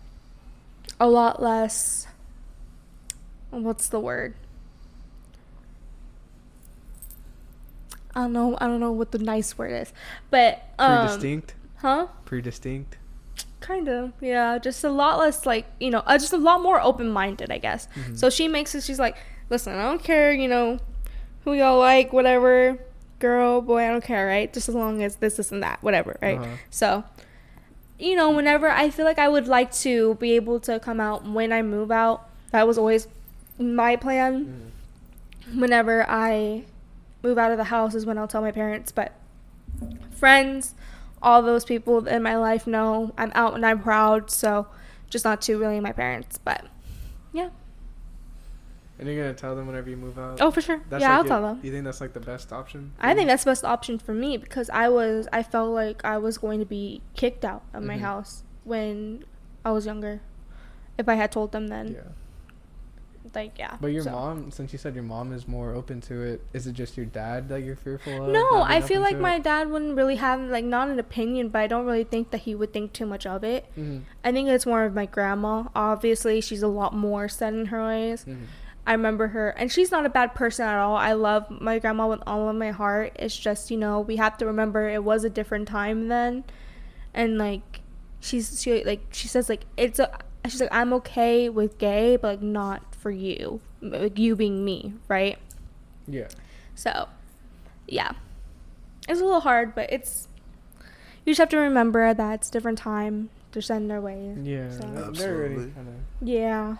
Speaker 4: a lot less what's the word I don't know. I don't know what the nice word is, but um,
Speaker 3: Predistinct.
Speaker 4: huh?
Speaker 3: Predistinct.
Speaker 4: Kind of, yeah. Just a lot less, like you know, uh, just a lot more open-minded, I guess. So she makes it. She's like, listen, I don't care, you know, who y'all like, whatever, girl, boy, I don't care, right? Just as long as this, this, and that, whatever, right?
Speaker 3: Uh-huh.
Speaker 4: So, you know, whenever I feel like I would like to be able to come out when I move out, that was always my plan. Whenever I move out of the house is when I'll tell my parents, but friends, all those people in my life know I'm out and I'm proud, so just not to really my parents, but yeah.
Speaker 3: And you're gonna tell them whenever you move out.
Speaker 4: Oh, for sure.
Speaker 3: That's
Speaker 4: yeah,
Speaker 3: like
Speaker 4: I'll
Speaker 3: your-
Speaker 4: tell them.
Speaker 3: You think that's like the best option?
Speaker 4: I think that's the best option for me because I was I felt like I was going to be kicked out of my
Speaker 3: Mhm.
Speaker 4: house when I was younger. If I had told them then,
Speaker 3: Yeah.
Speaker 4: like yeah.
Speaker 3: But your
Speaker 4: so.
Speaker 3: mom, since you said your mom is more open to it, is it just your dad that you're fearful of?
Speaker 4: No,
Speaker 3: not being
Speaker 4: I
Speaker 3: open
Speaker 4: feel like
Speaker 3: to
Speaker 4: my
Speaker 3: it?
Speaker 4: dad wouldn't really have like not an opinion, but I don't really think that he would think too much of it.
Speaker 3: Mhm,
Speaker 4: I think it's more of my grandma. Obviously, she's a lot more set in her ways.
Speaker 3: mhm.
Speaker 4: I remember her, and she's not a bad person at all. I love my grandma with all of my heart. It's just you know we have to remember it was a different time then, and like she's she like she says like it's a she's like I'm okay with gay, but like not for you, like you being me, right?
Speaker 3: Yeah.
Speaker 4: So, yeah, it's a little hard, but it's you just have to remember that it's a different time. They're sending their ways.
Speaker 3: Yeah.
Speaker 4: So-
Speaker 3: they're- They're already
Speaker 2: Absolutely.
Speaker 3: kind of.
Speaker 4: Yeah,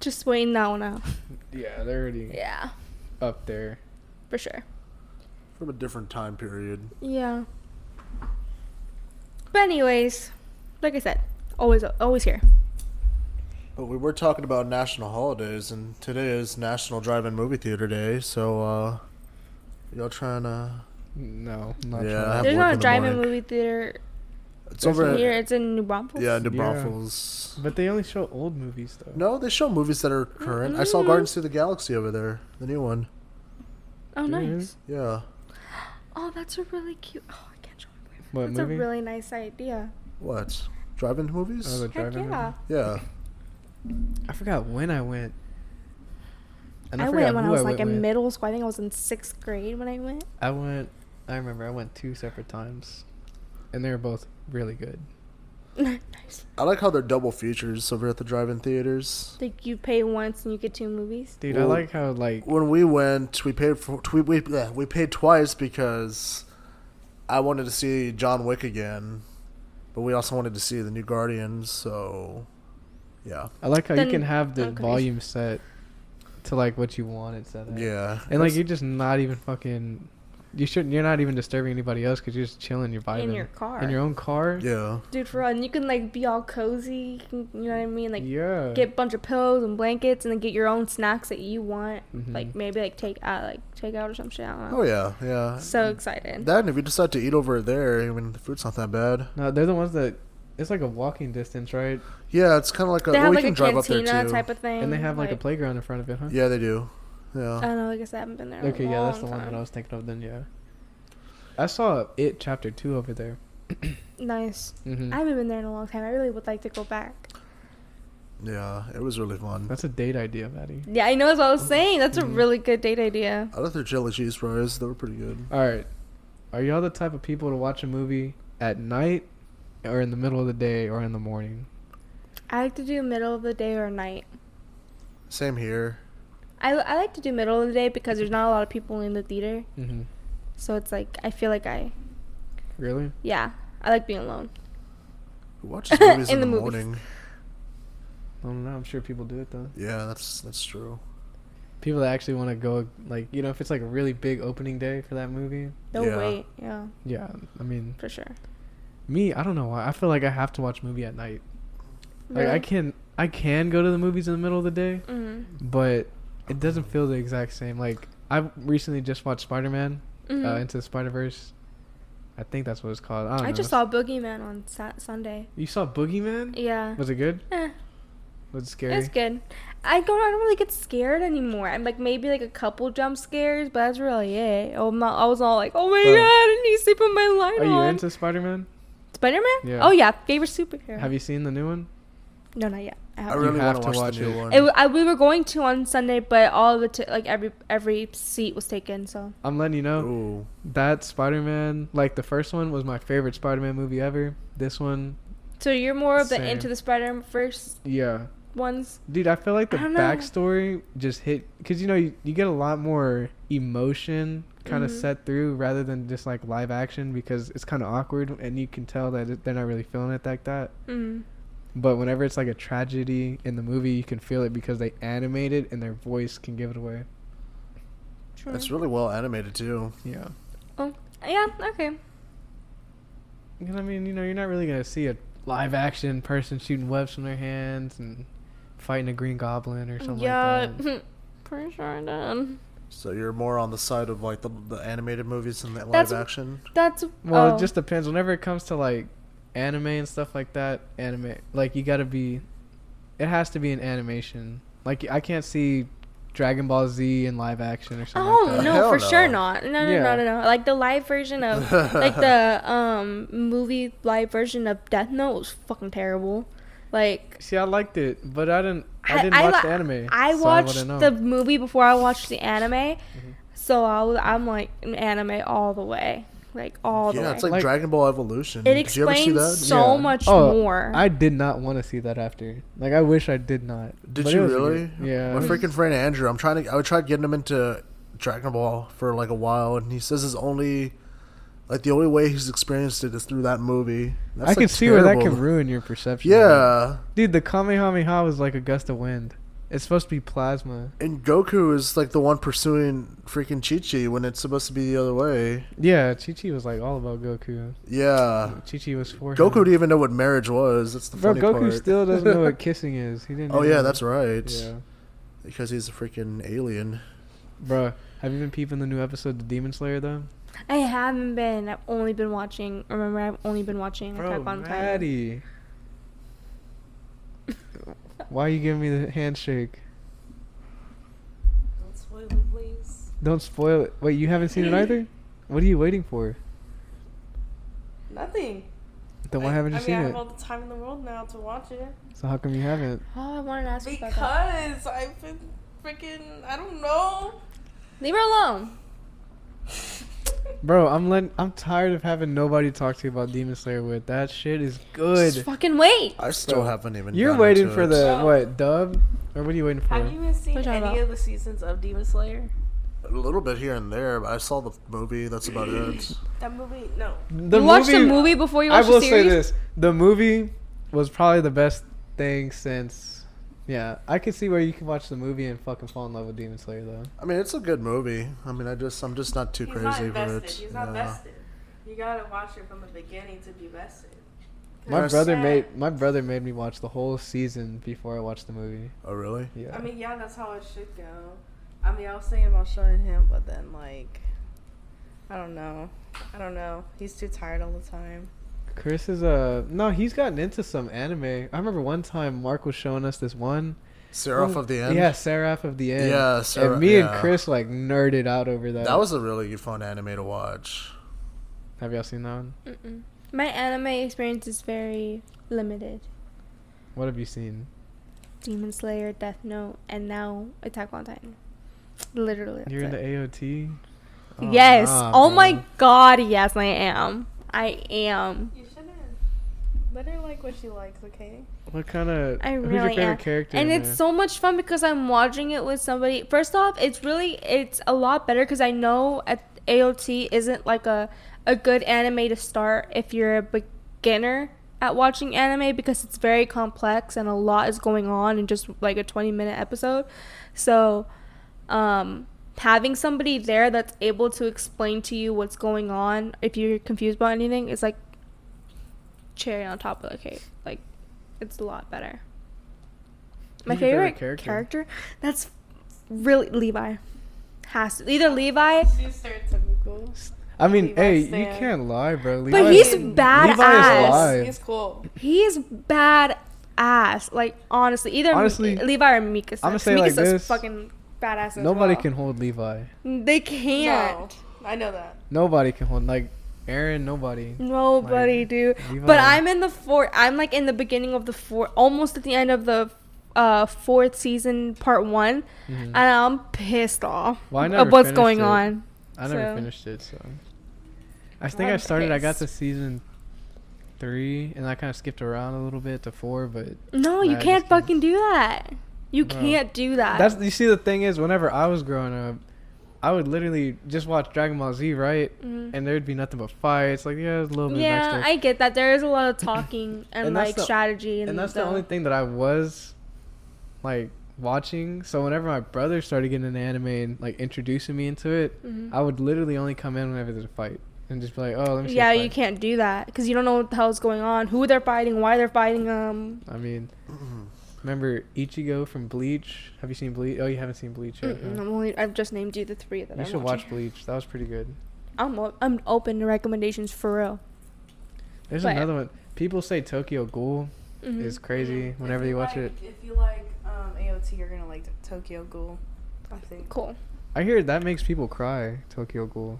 Speaker 4: just waiting that one out.
Speaker 3: Yeah, they're already
Speaker 4: Yeah,
Speaker 3: up there.
Speaker 4: for sure.
Speaker 2: From a different time period.
Speaker 4: Yeah. But anyways, like I said, always always here.
Speaker 2: But we were talking about national holidays, and today is National Drive-In Movie Theater Day. So, uh, y'all trying to?
Speaker 3: No. Not
Speaker 2: Yeah,
Speaker 3: sure.
Speaker 2: I have
Speaker 4: There's
Speaker 2: work
Speaker 4: not a
Speaker 2: in the
Speaker 4: drive-in
Speaker 2: morning.
Speaker 4: movie theater
Speaker 2: It's over.
Speaker 4: here.
Speaker 2: At,
Speaker 4: It's in New Braunfels.
Speaker 2: yeah, New
Speaker 3: Yeah.
Speaker 2: Braunfels.
Speaker 3: But they only show old movies though.
Speaker 2: No, they show movies that are current. I saw
Speaker 4: Mm.
Speaker 2: Guardians of the Galaxy over there, the new one.
Speaker 4: Oh,
Speaker 3: There
Speaker 4: nice.
Speaker 3: is.
Speaker 2: Yeah,
Speaker 4: Oh, that's a really cute. Oh, I can't show my boyfriend.
Speaker 3: What
Speaker 4: That's
Speaker 3: movie?
Speaker 4: a really nice idea.
Speaker 2: what? Drive-in
Speaker 3: Oh,
Speaker 2: movies?
Speaker 3: the
Speaker 4: Heck
Speaker 3: drive-in
Speaker 4: yeah.
Speaker 3: movie?
Speaker 2: yeah,
Speaker 3: I forgot when I went. And
Speaker 4: I,
Speaker 3: forgot
Speaker 4: went when
Speaker 3: who
Speaker 4: I was like
Speaker 3: went
Speaker 4: in
Speaker 3: with.
Speaker 4: middle school. I think I was in sixth grade when I went.
Speaker 3: I went. I remember I went two separate times, and they were both really good.
Speaker 4: nice.
Speaker 2: I like how they're double features over at the drive-in theaters.
Speaker 4: Like you pay once and you get two movies.
Speaker 3: Dude, I
Speaker 2: Well-
Speaker 3: like how like
Speaker 2: When we went, we paid for we we, yeah, we paid twice because I wanted to see John Wick again, but we also wanted to see the new Guardians. So, yeah,
Speaker 3: I like how you
Speaker 4: Then-
Speaker 3: can have the
Speaker 4: okay.
Speaker 3: volume set to like what you want it set. At.
Speaker 2: yeah,
Speaker 3: And like you're just not even fucking. You shouldn't. You're not even disturbing anybody else because you're just chilling. You're vibing
Speaker 4: In your car.
Speaker 3: In your own car.
Speaker 2: yeah.
Speaker 4: Dude, for real. And you can like be all cozy. You can- you know what I mean? Like
Speaker 3: yeah.
Speaker 4: get a bunch of pillows and blankets and then get your own snacks that you want
Speaker 3: Mhm.
Speaker 4: like maybe like take out like take out or some shit i don't know
Speaker 2: Oh yeah, yeah.
Speaker 4: so excited
Speaker 2: That and if you decide to eat over there, I mean the food's not that bad.
Speaker 3: no, they're the ones that. It's like a walking distance, right?
Speaker 2: Yeah, it's kind of like a
Speaker 4: they
Speaker 2: well,
Speaker 4: have
Speaker 2: we
Speaker 4: like a
Speaker 2: can drive up there
Speaker 4: cantina
Speaker 2: too.
Speaker 4: type of thing
Speaker 3: And they have like, a playground in front of it, huh?
Speaker 2: yeah, they do.
Speaker 4: i
Speaker 2: Yeah,
Speaker 4: don't know i guess i haven't been there in a
Speaker 3: Okay, yeah, that's the
Speaker 4: long
Speaker 3: one that I
Speaker 4: time.
Speaker 3: was thinking of. Then yeah, I saw it chapter two over there.
Speaker 4: nice
Speaker 3: Mm-hmm.
Speaker 4: i haven't been there in a long time i really would like to go back
Speaker 2: yeah. It was really fun.
Speaker 3: That's a date idea, Maddie.
Speaker 4: yeah i know that's what i was saying that's a
Speaker 3: Mhm.
Speaker 4: really good date idea
Speaker 2: I like their jelly cheese fries. They were pretty good.
Speaker 3: All right, are y'all the type of people to watch a movie at night, or in the middle of the day, or in the morning?
Speaker 4: i like to do middle of the day or night
Speaker 2: Same here.
Speaker 4: I, I like to do middle of the day because there's not a lot of people in the theater.
Speaker 3: hmm
Speaker 4: So it's like, I feel like I,
Speaker 3: Really?
Speaker 4: yeah, I like being alone.
Speaker 2: Who watches movies in,
Speaker 4: In
Speaker 2: the,
Speaker 4: the movies.
Speaker 2: morning?
Speaker 3: I don't know. I'm sure people do it though.
Speaker 2: Yeah, that's that's true.
Speaker 3: People that actually want to go, like you know, if it's like a really big opening day for that movie.
Speaker 4: They'll
Speaker 2: Yeah.
Speaker 4: wait. Yeah,
Speaker 3: Yeah, I mean,
Speaker 4: for sure.
Speaker 3: me, I don't know why. I feel like I have to watch a movie at night. Like I
Speaker 4: Really?
Speaker 3: can, I can go to the movies in the middle of the day,
Speaker 4: Mhm.
Speaker 3: but it doesn't feel the exact same. Like I recently just watched Spider Man
Speaker 4: Mhm.
Speaker 3: uh, into the Spider Verse. I think that's what it's called. I, don't
Speaker 4: I
Speaker 3: know.
Speaker 4: just saw Boogeyman on sa- Sunday.
Speaker 3: You saw Boogeyman?
Speaker 4: Yeah.
Speaker 3: Was it good?
Speaker 4: Eh,
Speaker 3: Was it scary?
Speaker 4: it's good. I don't, I don't really get scared anymore. I'm like maybe like a couple jump scares, but that's really it. Oh, my, I was all like, oh my
Speaker 3: Bro.
Speaker 4: god, I need to sleep with my light
Speaker 3: Are you
Speaker 4: on.
Speaker 3: into Spider Man?
Speaker 4: Spider Man?
Speaker 3: Yeah.
Speaker 4: Oh yeah, favorite superhero.
Speaker 3: Have you seen the new one?
Speaker 4: No, not yet. I
Speaker 2: I
Speaker 4: haven't.
Speaker 2: really
Speaker 3: have
Speaker 2: want to
Speaker 3: to
Speaker 2: watch,
Speaker 3: watch
Speaker 2: the new
Speaker 3: it.
Speaker 2: one.
Speaker 4: It, w- I, we were going to on Sunday, but all the t- like every every seat was taken. So
Speaker 3: I'm letting you know
Speaker 2: Ooh,
Speaker 3: that Spider Man, like the first one, was my favorite Spider Man movie ever. This one,
Speaker 4: so you're more of the
Speaker 3: Same.
Speaker 4: into the Spider Verse
Speaker 3: yeah,
Speaker 4: ones.
Speaker 3: dude, I feel like the
Speaker 4: I don't know.
Speaker 3: backstory just hit because you know you, you get a lot more emotion kind of
Speaker 4: Mhm.
Speaker 3: set through rather than just like live action because it's kind of awkward and you can tell that it, they're not really feeling it like that.
Speaker 4: Mm.
Speaker 3: But whenever it's like a tragedy in the movie, you can feel it because they animate it and their voice can give it away.
Speaker 4: True.
Speaker 2: it's really well animated too.
Speaker 3: Yeah.
Speaker 4: Oh yeah. Okay.
Speaker 3: And I mean, you know, you're not really gonna see a live action person shooting webs from their hands and fighting a green goblin or something
Speaker 4: yeah.
Speaker 3: like that.
Speaker 4: pretty sure I did.
Speaker 2: So you're more on the side of like the, the animated movies and the live
Speaker 4: That's-
Speaker 2: action.
Speaker 4: That's
Speaker 3: Well,
Speaker 4: oh.
Speaker 3: it just depends. Whenever it comes to like anime and stuff like that, anime like you gotta be, it has to be an animation. Like I can't see Dragon Ball Z in live action or something.
Speaker 4: Oh
Speaker 3: like that.
Speaker 4: no,
Speaker 2: Hell
Speaker 4: for
Speaker 2: no.
Speaker 4: sure not. No, no,
Speaker 3: Yeah.
Speaker 4: no, no, no. Like the live version of, like the um movie live version of Death Note was fucking terrible. Like
Speaker 3: See, I liked it, but I didn't. I didn't watch
Speaker 4: li-
Speaker 3: the anime.
Speaker 4: I
Speaker 3: so
Speaker 4: watched
Speaker 3: wouldn't know. Mm-hmm.
Speaker 4: the movie before I watched the anime, so I was, I'm like an anime all the way, like all the
Speaker 2: yeah,
Speaker 4: way.
Speaker 2: it's like,
Speaker 3: Like-
Speaker 2: Dragon Ball Evolution.
Speaker 4: it
Speaker 2: Did you ever see that?
Speaker 4: explains so much
Speaker 3: Oh,
Speaker 4: more.
Speaker 3: I did not want to see that after. Like, I wish I did not.
Speaker 2: Did
Speaker 3: But it
Speaker 2: you
Speaker 3: was
Speaker 2: really?
Speaker 3: good. Yeah.
Speaker 2: My freaking friend Andrew, I'm trying to. I tried getting him into Dragon Ball for like a while, and he says his only, like the only way he's experienced it is through that movie. That's,
Speaker 3: I can
Speaker 2: like,
Speaker 3: see where that
Speaker 2: terrible.
Speaker 3: can ruin your perception. of it.
Speaker 2: Yeah,
Speaker 3: Dude, the Kamehameha was like a gust of wind. It's supposed to be plasma.
Speaker 2: and Goku is like the one pursuing freaking Chi Chi when it's supposed to be the other way.
Speaker 3: Yeah, Chi Chi was like all about Goku.
Speaker 2: Yeah,
Speaker 3: Chi Chi was for
Speaker 2: Goku
Speaker 3: him.
Speaker 2: didn't even know what marriage was. That's the
Speaker 3: Bro,
Speaker 2: funny
Speaker 3: Goku
Speaker 2: part.
Speaker 3: still doesn't know what kissing is. He didn't.
Speaker 2: oh
Speaker 3: even
Speaker 2: yeah,
Speaker 3: know.
Speaker 2: that's right.
Speaker 3: Yeah.
Speaker 2: Because he's a freaking alien.
Speaker 3: Bro, have you been peeping the new episode of Demon Slayer though?
Speaker 4: I haven't been. I've only been watching. Remember, I've only been watching
Speaker 3: Bro,
Speaker 4: Attack on Titan.
Speaker 3: Maddie. Why are you giving me the handshake?
Speaker 5: Don't spoil it, please.
Speaker 3: Don't spoil it. Wait, you haven't seen it either? What are you waiting for?
Speaker 5: Nothing.
Speaker 3: Then why
Speaker 5: I-
Speaker 3: haven't you
Speaker 5: I mean,
Speaker 3: seen
Speaker 5: I
Speaker 3: it?
Speaker 5: have all the time in the world now to watch it.
Speaker 3: So how come you haven't?
Speaker 4: Oh, I wanted to ask you about that.
Speaker 5: Because I've been freaking. I don't know.
Speaker 4: Leave her alone.
Speaker 3: Bro, I'm letting, I'm tired of having nobody talk to you about Demon Slayer with. That shit is
Speaker 4: Just
Speaker 3: good.
Speaker 4: fucking wait.
Speaker 2: I still haven't even.
Speaker 3: You're
Speaker 2: gotten
Speaker 3: waiting
Speaker 2: into
Speaker 3: for
Speaker 2: it.
Speaker 3: the
Speaker 5: So-
Speaker 3: what dub, or what are you waiting for?
Speaker 5: Have you even seen
Speaker 4: What you
Speaker 5: any
Speaker 4: talking about?
Speaker 5: of the seasons of Demon Slayer?
Speaker 2: a little bit here and there, but I saw the movie. That's about it.
Speaker 5: That movie? No.
Speaker 3: the
Speaker 4: you watched the movie before you
Speaker 3: I
Speaker 4: watched
Speaker 3: will
Speaker 4: the
Speaker 3: say
Speaker 4: series.
Speaker 3: this: the movie was probably the best thing since. Yeah, I could see where you can watch the movie and fucking fall in love with Demon Slayer though.
Speaker 2: I mean, it's a good movie. I mean, I just I'm just not too
Speaker 5: He's
Speaker 2: crazy
Speaker 5: not
Speaker 2: for
Speaker 5: invested.
Speaker 2: it.
Speaker 5: He's not
Speaker 2: Yeah.
Speaker 5: vested. You gotta watch it from the beginning to be vested.
Speaker 3: My
Speaker 2: Yes.
Speaker 3: brother made my brother made me watch the whole season before I watched the movie.
Speaker 2: Oh really?
Speaker 3: Yeah.
Speaker 5: I mean, yeah, that's how it should go. I mean, I was thinking about showing him, but then, like, I don't know. I don't know. He's too tired all the time.
Speaker 3: Chris is a no. He's gotten into some anime. I remember one time Mark was showing us this one.
Speaker 2: Seraph
Speaker 3: Well,
Speaker 2: of the End.
Speaker 3: Yeah, Seraph of the End.
Speaker 2: Yeah, Seraph-
Speaker 3: and me
Speaker 2: yeah.
Speaker 3: and Chris like nerded out over that.
Speaker 2: That was a really fun anime to watch.
Speaker 3: Have y'all seen that one?
Speaker 4: Mm-mm. My anime experience is very limited.
Speaker 3: What have you seen?
Speaker 4: Demon Slayer, Death Note, and now Attack on Titan. Literally. that's
Speaker 3: You're in the
Speaker 4: it.
Speaker 3: AOT. Oh,
Speaker 4: yes.
Speaker 3: nah,
Speaker 4: oh
Speaker 3: bro.
Speaker 4: my god, yes, I am. I am.
Speaker 5: You shouldn't. Let her like what she likes, okay?
Speaker 3: What kind of?
Speaker 4: I
Speaker 3: who's
Speaker 4: really
Speaker 3: your favorite
Speaker 4: am.
Speaker 3: character?
Speaker 4: And
Speaker 3: in
Speaker 4: it's
Speaker 3: there?
Speaker 4: so much fun because I'm watching it with somebody. First off, it's really it's a lot better because I know at AOT isn't like a a good anime to start if you're a beginner at watching anime because it's very complex and a lot is going on in just like a 20 minute episode. So, um having somebody there that's able to explain to you what's going on if you're confused about anything is like cherry on top of the cake. Like it's a lot better. My
Speaker 3: Who's your favorite
Speaker 4: favorite, character?
Speaker 3: character?
Speaker 4: That's really Levi. Has to either Levi,
Speaker 5: She's stereotypical.
Speaker 3: I mean,
Speaker 5: Levi
Speaker 3: hey, you
Speaker 5: Stan.
Speaker 3: can't lie, bro. Levi,
Speaker 4: but he's
Speaker 5: Levi is
Speaker 4: badass.
Speaker 3: alive.
Speaker 5: He's cool.
Speaker 4: He's badass. Like honestly, either
Speaker 3: Honestly,
Speaker 4: Levi or Mika.
Speaker 3: I'ma
Speaker 4: sucks.
Speaker 3: say it like
Speaker 4: Mika sucks
Speaker 3: this.
Speaker 4: fucking badass. As
Speaker 3: nobody
Speaker 4: well.
Speaker 3: can hold Levi.
Speaker 4: can. They can't.
Speaker 5: No, I know that.
Speaker 3: Nobody can hold like Aaron. Nobody.
Speaker 4: Nobody
Speaker 3: Like,
Speaker 4: do.
Speaker 3: Levi-
Speaker 4: But I'm in the four. I'm like in the beginning of the four, almost at the end of the uh fourth season, part one,
Speaker 3: Mm-hmm.
Speaker 4: and I'm pissed off
Speaker 3: Well, I never
Speaker 4: of what's
Speaker 3: finished
Speaker 4: going
Speaker 3: it.
Speaker 4: on.
Speaker 3: I never
Speaker 4: So-
Speaker 3: finished it, so I think I
Speaker 4: I'm
Speaker 3: started. I got
Speaker 4: pissed.
Speaker 3: to season three, and I kind of skipped around a little bit to four. But
Speaker 4: No, you
Speaker 3: Nah, I
Speaker 4: can't
Speaker 3: just can't.
Speaker 4: fucking do that. You
Speaker 3: Bro.
Speaker 4: can't do that.
Speaker 3: that's you see, the thing is, whenever I was growing up, I would literally just watch Dragon Ball Z, right?
Speaker 4: Mhm.
Speaker 3: And there'd be nothing but fights. Like yeah, there's a little bit. of
Speaker 4: yeah,
Speaker 3: backstory.
Speaker 4: I get that. There is a lot of talking and,
Speaker 3: And that's
Speaker 4: like
Speaker 3: the-
Speaker 4: strategy, and,
Speaker 3: and that's the only thing that I was like watching. So whenever my brother started getting into anime and like introducing me into it,
Speaker 4: Mm-hmm.
Speaker 3: I would literally only come in whenever there's a fight and just be like, "Oh, let me see." a
Speaker 4: Yeah, you
Speaker 3: fight."
Speaker 4: can't do that because you don't know what the hell's going on, who they're fighting, why they're fighting um, them.
Speaker 3: I mean, remember Ichigo from Bleach? Have you seen Bleach? Oh, you haven't seen Bleach yet. huh?
Speaker 4: I'm only. I've just named you the three that
Speaker 3: You
Speaker 4: I'm
Speaker 3: should
Speaker 4: watching.
Speaker 3: watch Bleach. That was pretty good.
Speaker 4: I'm o- I'm open to recommendations for real.
Speaker 3: There's
Speaker 4: But-
Speaker 3: another one. People say Tokyo Ghoul
Speaker 4: Mm-hmm.
Speaker 3: is crazy whenever
Speaker 5: If
Speaker 3: you watch
Speaker 5: like,
Speaker 3: it.
Speaker 5: If you like um, AOT, you're gonna like Tokyo Ghoul. I think.
Speaker 4: Cool.
Speaker 3: I hear that makes people cry. Tokyo Ghoul.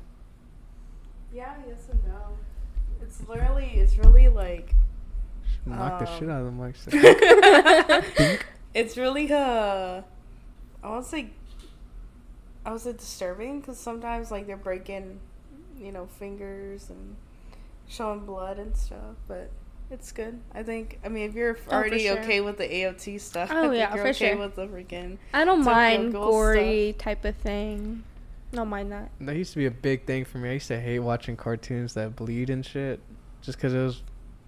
Speaker 5: Yeah, yes and no. It's literally, it's really like,
Speaker 3: Knock the shit
Speaker 5: Um,
Speaker 3: out of the mic.
Speaker 5: it's really uh, I want to say, I was say disturbing because sometimes like they're breaking, you know, fingers and showing blood and stuff, but. It's good. I think. I mean, if you're
Speaker 4: Oh, for
Speaker 5: already
Speaker 4: sure.
Speaker 5: okay with the AOT stuff,
Speaker 4: Oh,
Speaker 5: I think
Speaker 4: yeah,
Speaker 5: you're
Speaker 4: for
Speaker 5: okay
Speaker 4: sure.
Speaker 5: with the freaking.
Speaker 4: I don't
Speaker 5: Tokyo
Speaker 4: mind
Speaker 5: Ghoul
Speaker 4: gory type of thing. Don't mind that.
Speaker 3: That used to be a big thing for me. I used to hate watching cartoons that bleed and shit, just because it was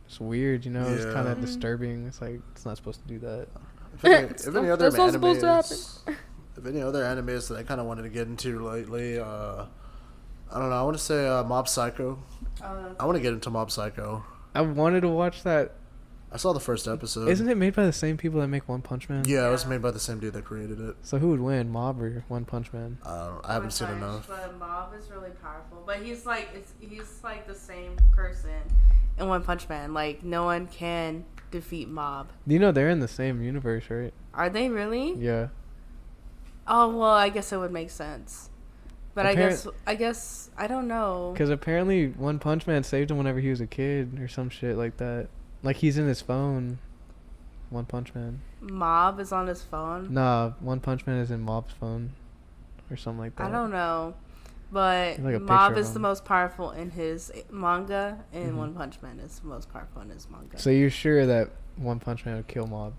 Speaker 3: it's weird. You know, it's
Speaker 2: Yeah.
Speaker 3: kind of
Speaker 2: Mhm.
Speaker 3: disturbing. It's like it's not supposed to do that.
Speaker 2: If any, if any
Speaker 4: That's
Speaker 2: other
Speaker 4: not supposed to
Speaker 2: animes, if any other animes that I kind of wanted to get into lately, uh, I don't know. I want to say uh, Mob Psycho.
Speaker 5: Uh,
Speaker 2: I want to get into Mob Psycho.
Speaker 3: I wanted to watch that.
Speaker 2: I saw the first episode.
Speaker 3: Isn't it made by the same people that make One Punch Man?
Speaker 2: Yeah, it was made by the same dude that created it.
Speaker 3: So who would win, Mob or One Punch Man?
Speaker 2: I, don't, I haven't seen
Speaker 5: Punch,
Speaker 2: enough.
Speaker 5: But Mob is really powerful. But he's like it's, he's like the same person in One Punch Man. Like no one can defeat Mob.
Speaker 3: You know they're in the same universe, right?
Speaker 5: Are they really?
Speaker 3: Yeah.
Speaker 5: Oh well, I guess it would make sense. But I
Speaker 3: Appar-
Speaker 5: guess I guess I don't know.
Speaker 3: Because apparently One Punch Man saved him whenever he was a kid or some shit like that. Like he's in his phone. One Punch Man.
Speaker 5: Mob is on his phone.
Speaker 3: Nah, One Punch Man is in Mob's phone or something like that.
Speaker 5: I don't know. But
Speaker 3: Like a
Speaker 5: Mob
Speaker 3: picture of
Speaker 5: is the
Speaker 3: him. Mm-hmm.
Speaker 5: most powerful in his manga, and One Punch Man is the most powerful in his manga.
Speaker 3: So you're sure that One Punch Man would kill Mob?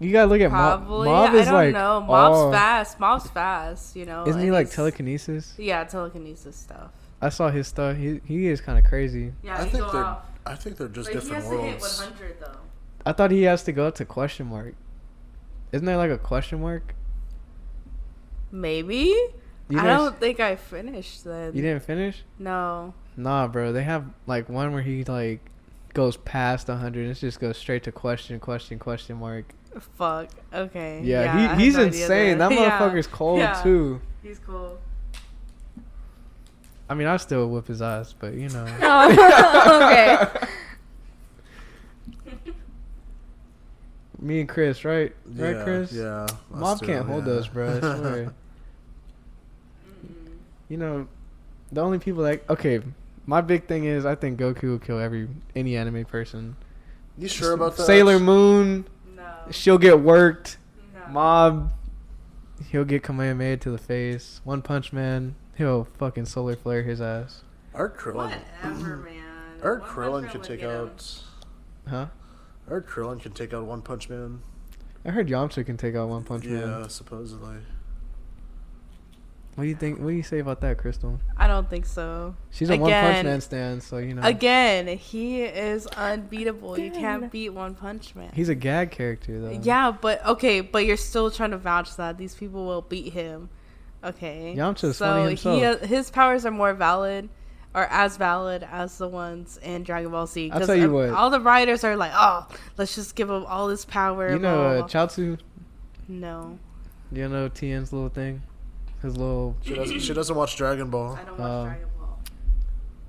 Speaker 3: You gotta look at Mob.
Speaker 5: Probably,
Speaker 3: Mob
Speaker 5: I
Speaker 3: is
Speaker 5: don't
Speaker 3: like
Speaker 5: know. Mob's
Speaker 3: all-
Speaker 5: fast. Mob's fast. You know,
Speaker 3: Isn't he
Speaker 5: and
Speaker 3: like
Speaker 5: he's-
Speaker 3: telekinesis?
Speaker 5: Yeah, telekinesis stuff.
Speaker 3: I saw his stuff. He he is kind of crazy.
Speaker 5: Yeah,
Speaker 2: I
Speaker 5: he
Speaker 2: think
Speaker 5: go
Speaker 2: they're
Speaker 5: off.
Speaker 2: I think they're just
Speaker 5: Like he has
Speaker 2: different
Speaker 5: to hit
Speaker 2: worlds.
Speaker 5: 100 though.
Speaker 3: I thought he has to go up to question mark. Isn't there like a question mark?
Speaker 5: Maybe.
Speaker 3: You
Speaker 5: I
Speaker 3: guys-
Speaker 5: don't think I finished then.
Speaker 3: You didn't finish?
Speaker 5: No.
Speaker 3: Nah, bro. They have like one where he like goes past 100 and it just goes straight to question, question, question mark.
Speaker 5: Fuck. Okay.
Speaker 3: Yeah,
Speaker 5: I had
Speaker 3: he, he's
Speaker 5: no idea
Speaker 3: insane. That
Speaker 5: Yeah.
Speaker 3: motherfucker's cold
Speaker 5: Yeah.
Speaker 3: too.
Speaker 5: He's cool.
Speaker 3: I mean, I still whip his ass, but you know.
Speaker 4: Oh, okay.
Speaker 3: Me and Chris, right?
Speaker 2: yeah,
Speaker 3: right, Chris?
Speaker 2: Yeah. us
Speaker 3: Mob
Speaker 2: too,
Speaker 3: can't hold
Speaker 2: yeah.
Speaker 3: those, bro. I swear. you know, the only people that okay, my big thing is I think Goku will kill every any anime person.
Speaker 2: you sure about that?
Speaker 3: Sailor Moon,
Speaker 5: No.
Speaker 3: she'll get worked.
Speaker 5: No.
Speaker 3: Mob, he'll get Kamehameha to the face. One Punch Man, he'll fucking solar flare his ass.
Speaker 2: Art Krillin.
Speaker 6: Whatever, man.
Speaker 2: Art
Speaker 6: One Punch
Speaker 2: Krillin
Speaker 6: Man
Speaker 2: can
Speaker 6: would
Speaker 2: take
Speaker 6: get him.
Speaker 2: out.
Speaker 3: Huh?
Speaker 2: Art Krillin can take out One Punch Man.
Speaker 3: I heard Yamcha can take out One Punch Man.
Speaker 2: Yeah, supposedly.
Speaker 3: What do you think? What do you say about that, Crystal?
Speaker 5: I don't think so.
Speaker 3: She's a One Punch
Speaker 5: Again.
Speaker 3: Man stand, so you know
Speaker 5: Again, he is unbeatable. You
Speaker 4: Again.
Speaker 5: can't beat One Punch Man.
Speaker 3: he's a gag character though.
Speaker 5: yeah, but okay, but you're still trying to vouch that these people will beat him. Okay.
Speaker 3: Yamcha's funny himself.
Speaker 5: he uh, his powers are more valid or as valid as the ones in Dragon Ball Z.
Speaker 3: I'll
Speaker 5: 'cause,
Speaker 3: tell you
Speaker 5: um,
Speaker 3: what.
Speaker 5: All the writers are like, "Oh, let's just give him all this power."
Speaker 3: You
Speaker 5: blah,
Speaker 3: know,
Speaker 5: blah,
Speaker 3: uh,
Speaker 5: blah."
Speaker 3: Chaozu.
Speaker 5: no.
Speaker 3: You know Tien's little thing. His little
Speaker 2: She doesn't. she doesn't watch Dragon Ball.
Speaker 6: I don't watch
Speaker 3: Um,
Speaker 6: Dragon Ball.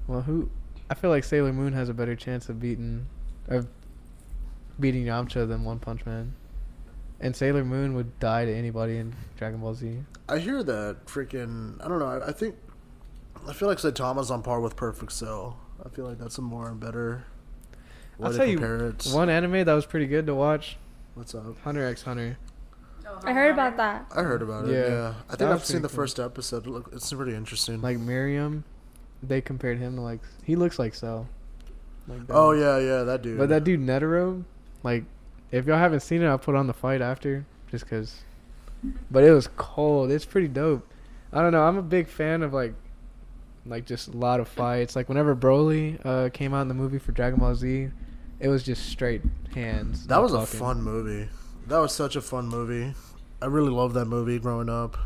Speaker 3: well, who? I feel like Sailor Moon has a better chance of beating of beating Yamcha than One Punch Man. And Sailor Moon would die to anybody in Dragon Ball Z.
Speaker 2: I hear that freaking. I don't know. I, I think. I feel like Saitama's on par with Perfect Cell. I feel like that's a more and better. Way
Speaker 3: I'll
Speaker 2: to
Speaker 3: tell you
Speaker 2: compare it.
Speaker 3: One anime that was pretty good to watch:
Speaker 2: What's up?
Speaker 3: Hunter X Hunter.
Speaker 4: I heard about that.
Speaker 2: I heard about it.
Speaker 3: Yeah.
Speaker 2: Yeah,
Speaker 3: That
Speaker 2: I think
Speaker 3: was
Speaker 2: I've seen
Speaker 3: pretty
Speaker 2: the
Speaker 3: cool.
Speaker 2: first episode. Look, it's pretty interesting.
Speaker 3: Like Miriam, they compared him to like he looks like Cell. Like that.
Speaker 2: oh yeah, yeah, that dude.
Speaker 3: But that dude Netero, like, if y'all haven't seen it, I'll put on the fight after, just cause. But it was cold. It's pretty dope. I don't know. I'm a big fan of like, like just a lot of fights. Like whenever Broly uh, came out in the movie for Dragon Ball Z, it was just straight hands.
Speaker 2: That
Speaker 3: no
Speaker 2: was a
Speaker 3: talking.
Speaker 2: fun movie. That was such a fun movie. I really loved that movie growing up.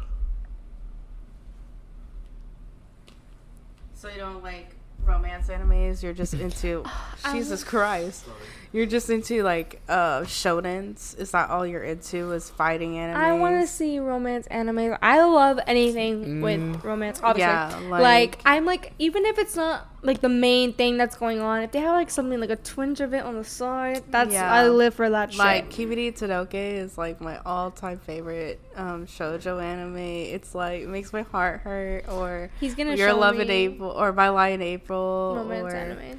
Speaker 5: So you don't like romance animes. You're just into Jesus Christ. You're just into like uh shonens. Is that all you're into? Is fighting anime?
Speaker 4: I want to see romance anime. I love anything
Speaker 3: Mm.
Speaker 4: with romance, obviously.
Speaker 5: Yeah,
Speaker 4: like,
Speaker 5: like-
Speaker 4: I'm like, even if it's not like the main thing that's going on, if they have like something like a twinge of it on the side, that's
Speaker 5: Yeah.
Speaker 4: I live for that
Speaker 5: Like
Speaker 4: shit.
Speaker 5: Kibiri Tadoke is like my all-time favorite um shoujo anime. It's like it makes my heart hurt or
Speaker 4: He's gonna
Speaker 5: Your
Speaker 4: show
Speaker 5: Love
Speaker 4: me
Speaker 5: in April or My Lie in April
Speaker 4: Romance
Speaker 5: or
Speaker 4: animes.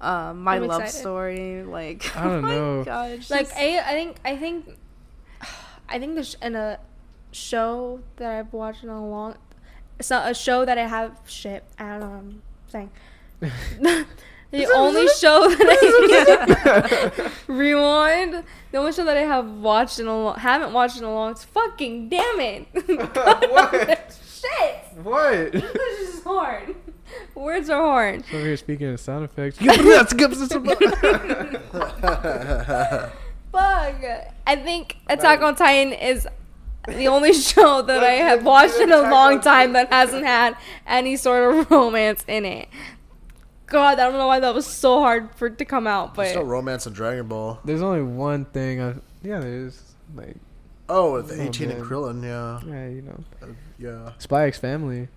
Speaker 5: uh, My
Speaker 4: I'm
Speaker 5: Love
Speaker 4: excited.
Speaker 5: Story. Like
Speaker 3: I don't
Speaker 5: Oh my
Speaker 3: know.
Speaker 5: God, it's
Speaker 4: like
Speaker 5: just-
Speaker 4: I, I think I think I think there's in a show that I've watched in a long it's not a show that I have shit I don't know what I'm saying the only show that I rewind the only show that I have watched in a long haven't watched in a long fucking damn it
Speaker 3: What?
Speaker 4: shit
Speaker 3: What?
Speaker 4: English is hard words are hard
Speaker 3: Over here speaking of sound effects.
Speaker 4: Fuck. I think Attack on Titan is the only show that I have watched in a long time that hasn't had any sort of romance in it. God, I don't know why that was so hard for it to come out,
Speaker 2: There's no
Speaker 4: but
Speaker 2: romance in Dragon Ball.
Speaker 3: There's only one thing. I, yeah, there's like
Speaker 2: Oh, with
Speaker 3: Oh,
Speaker 2: 18 and
Speaker 3: man.
Speaker 2: Krillin, yeah,
Speaker 3: yeah, you know,
Speaker 2: yeah.
Speaker 3: Spy X Family.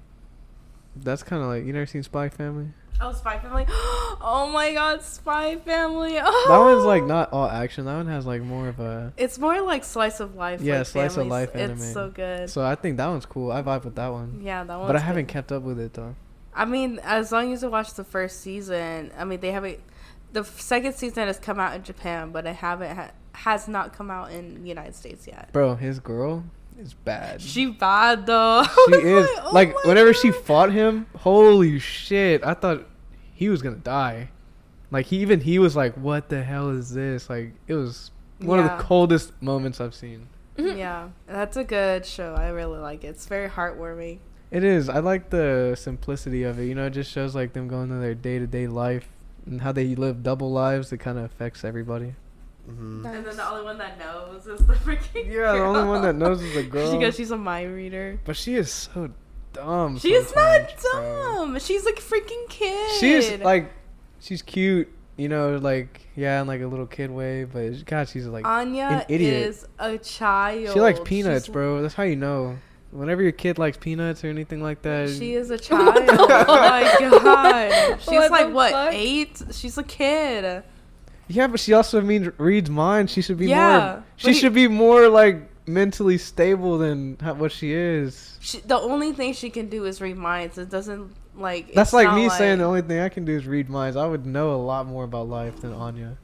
Speaker 3: That's kind of like you never seen Spy X Family.
Speaker 5: oh Spy Family. oh my God, Spy Family. Oh.
Speaker 3: That one's like not all action. That one has like more of a.
Speaker 5: It's more like slice of life.
Speaker 3: Yeah,
Speaker 5: like
Speaker 3: slice of
Speaker 5: families.
Speaker 3: life anime.
Speaker 5: It's so good.
Speaker 3: So I think that one's cool. I vibe with that one.
Speaker 5: yeah, that one.
Speaker 3: but I haven't kept up with it though.
Speaker 5: I mean, as long as you watch the first season, I mean, they haven't. The f- second season has come out in Japan, but it haven't ha- has not come out in the United States yet.
Speaker 3: Bro, his girl is bad. She,
Speaker 5: She bad though.
Speaker 3: is
Speaker 5: oh
Speaker 3: like
Speaker 5: my
Speaker 3: whenever she
Speaker 5: God.
Speaker 3: fought him. Holy shit! I thought he was gonna die. Like he even he was like, "What the hell is this?" Like it was one of
Speaker 5: Yeah.
Speaker 3: the coldest moments I've seen.
Speaker 5: yeah, that's a good show. I really like it. It's very heartwarming.
Speaker 3: It is. I like the simplicity of it. You know, it just shows like them going to their day to day life and how they live double lives. It kind of affects everybody.
Speaker 2: hmm
Speaker 5: And then the only one that knows is the freaking
Speaker 3: Yeah, the only one that
Speaker 5: girl.
Speaker 3: knows is the girl.
Speaker 5: She goes, she's a mind reader.
Speaker 3: But she is so dumb.
Speaker 5: She's not
Speaker 3: sometimes, bro.
Speaker 5: dumb. She's like a freaking kid.
Speaker 3: She's like, she's cute. You know, like yeah, in like a little kid way. But she- God, she's like an
Speaker 5: Anya
Speaker 3: idiot.
Speaker 5: is a child.
Speaker 3: she likes peanuts,
Speaker 5: She's-
Speaker 3: bro. That's how you know. Whenever your kid likes peanuts or anything like that,
Speaker 5: She is a child. oh my god. She's
Speaker 4: What
Speaker 5: like
Speaker 4: the
Speaker 5: what,
Speaker 4: fuck?
Speaker 5: eight? Sheans a kid.
Speaker 3: Yeah, but she also means reads minds. She should be
Speaker 5: Yeah,
Speaker 3: more.
Speaker 5: but
Speaker 3: She
Speaker 5: he-
Speaker 3: should be more like mentally stable than how, what she is.
Speaker 5: She, the only thing she can do is read minds. It doesn't like.
Speaker 3: That's
Speaker 5: it's
Speaker 3: like
Speaker 5: not
Speaker 3: me saying the only thing I can do is read minds. I would know a lot more about life than Anya.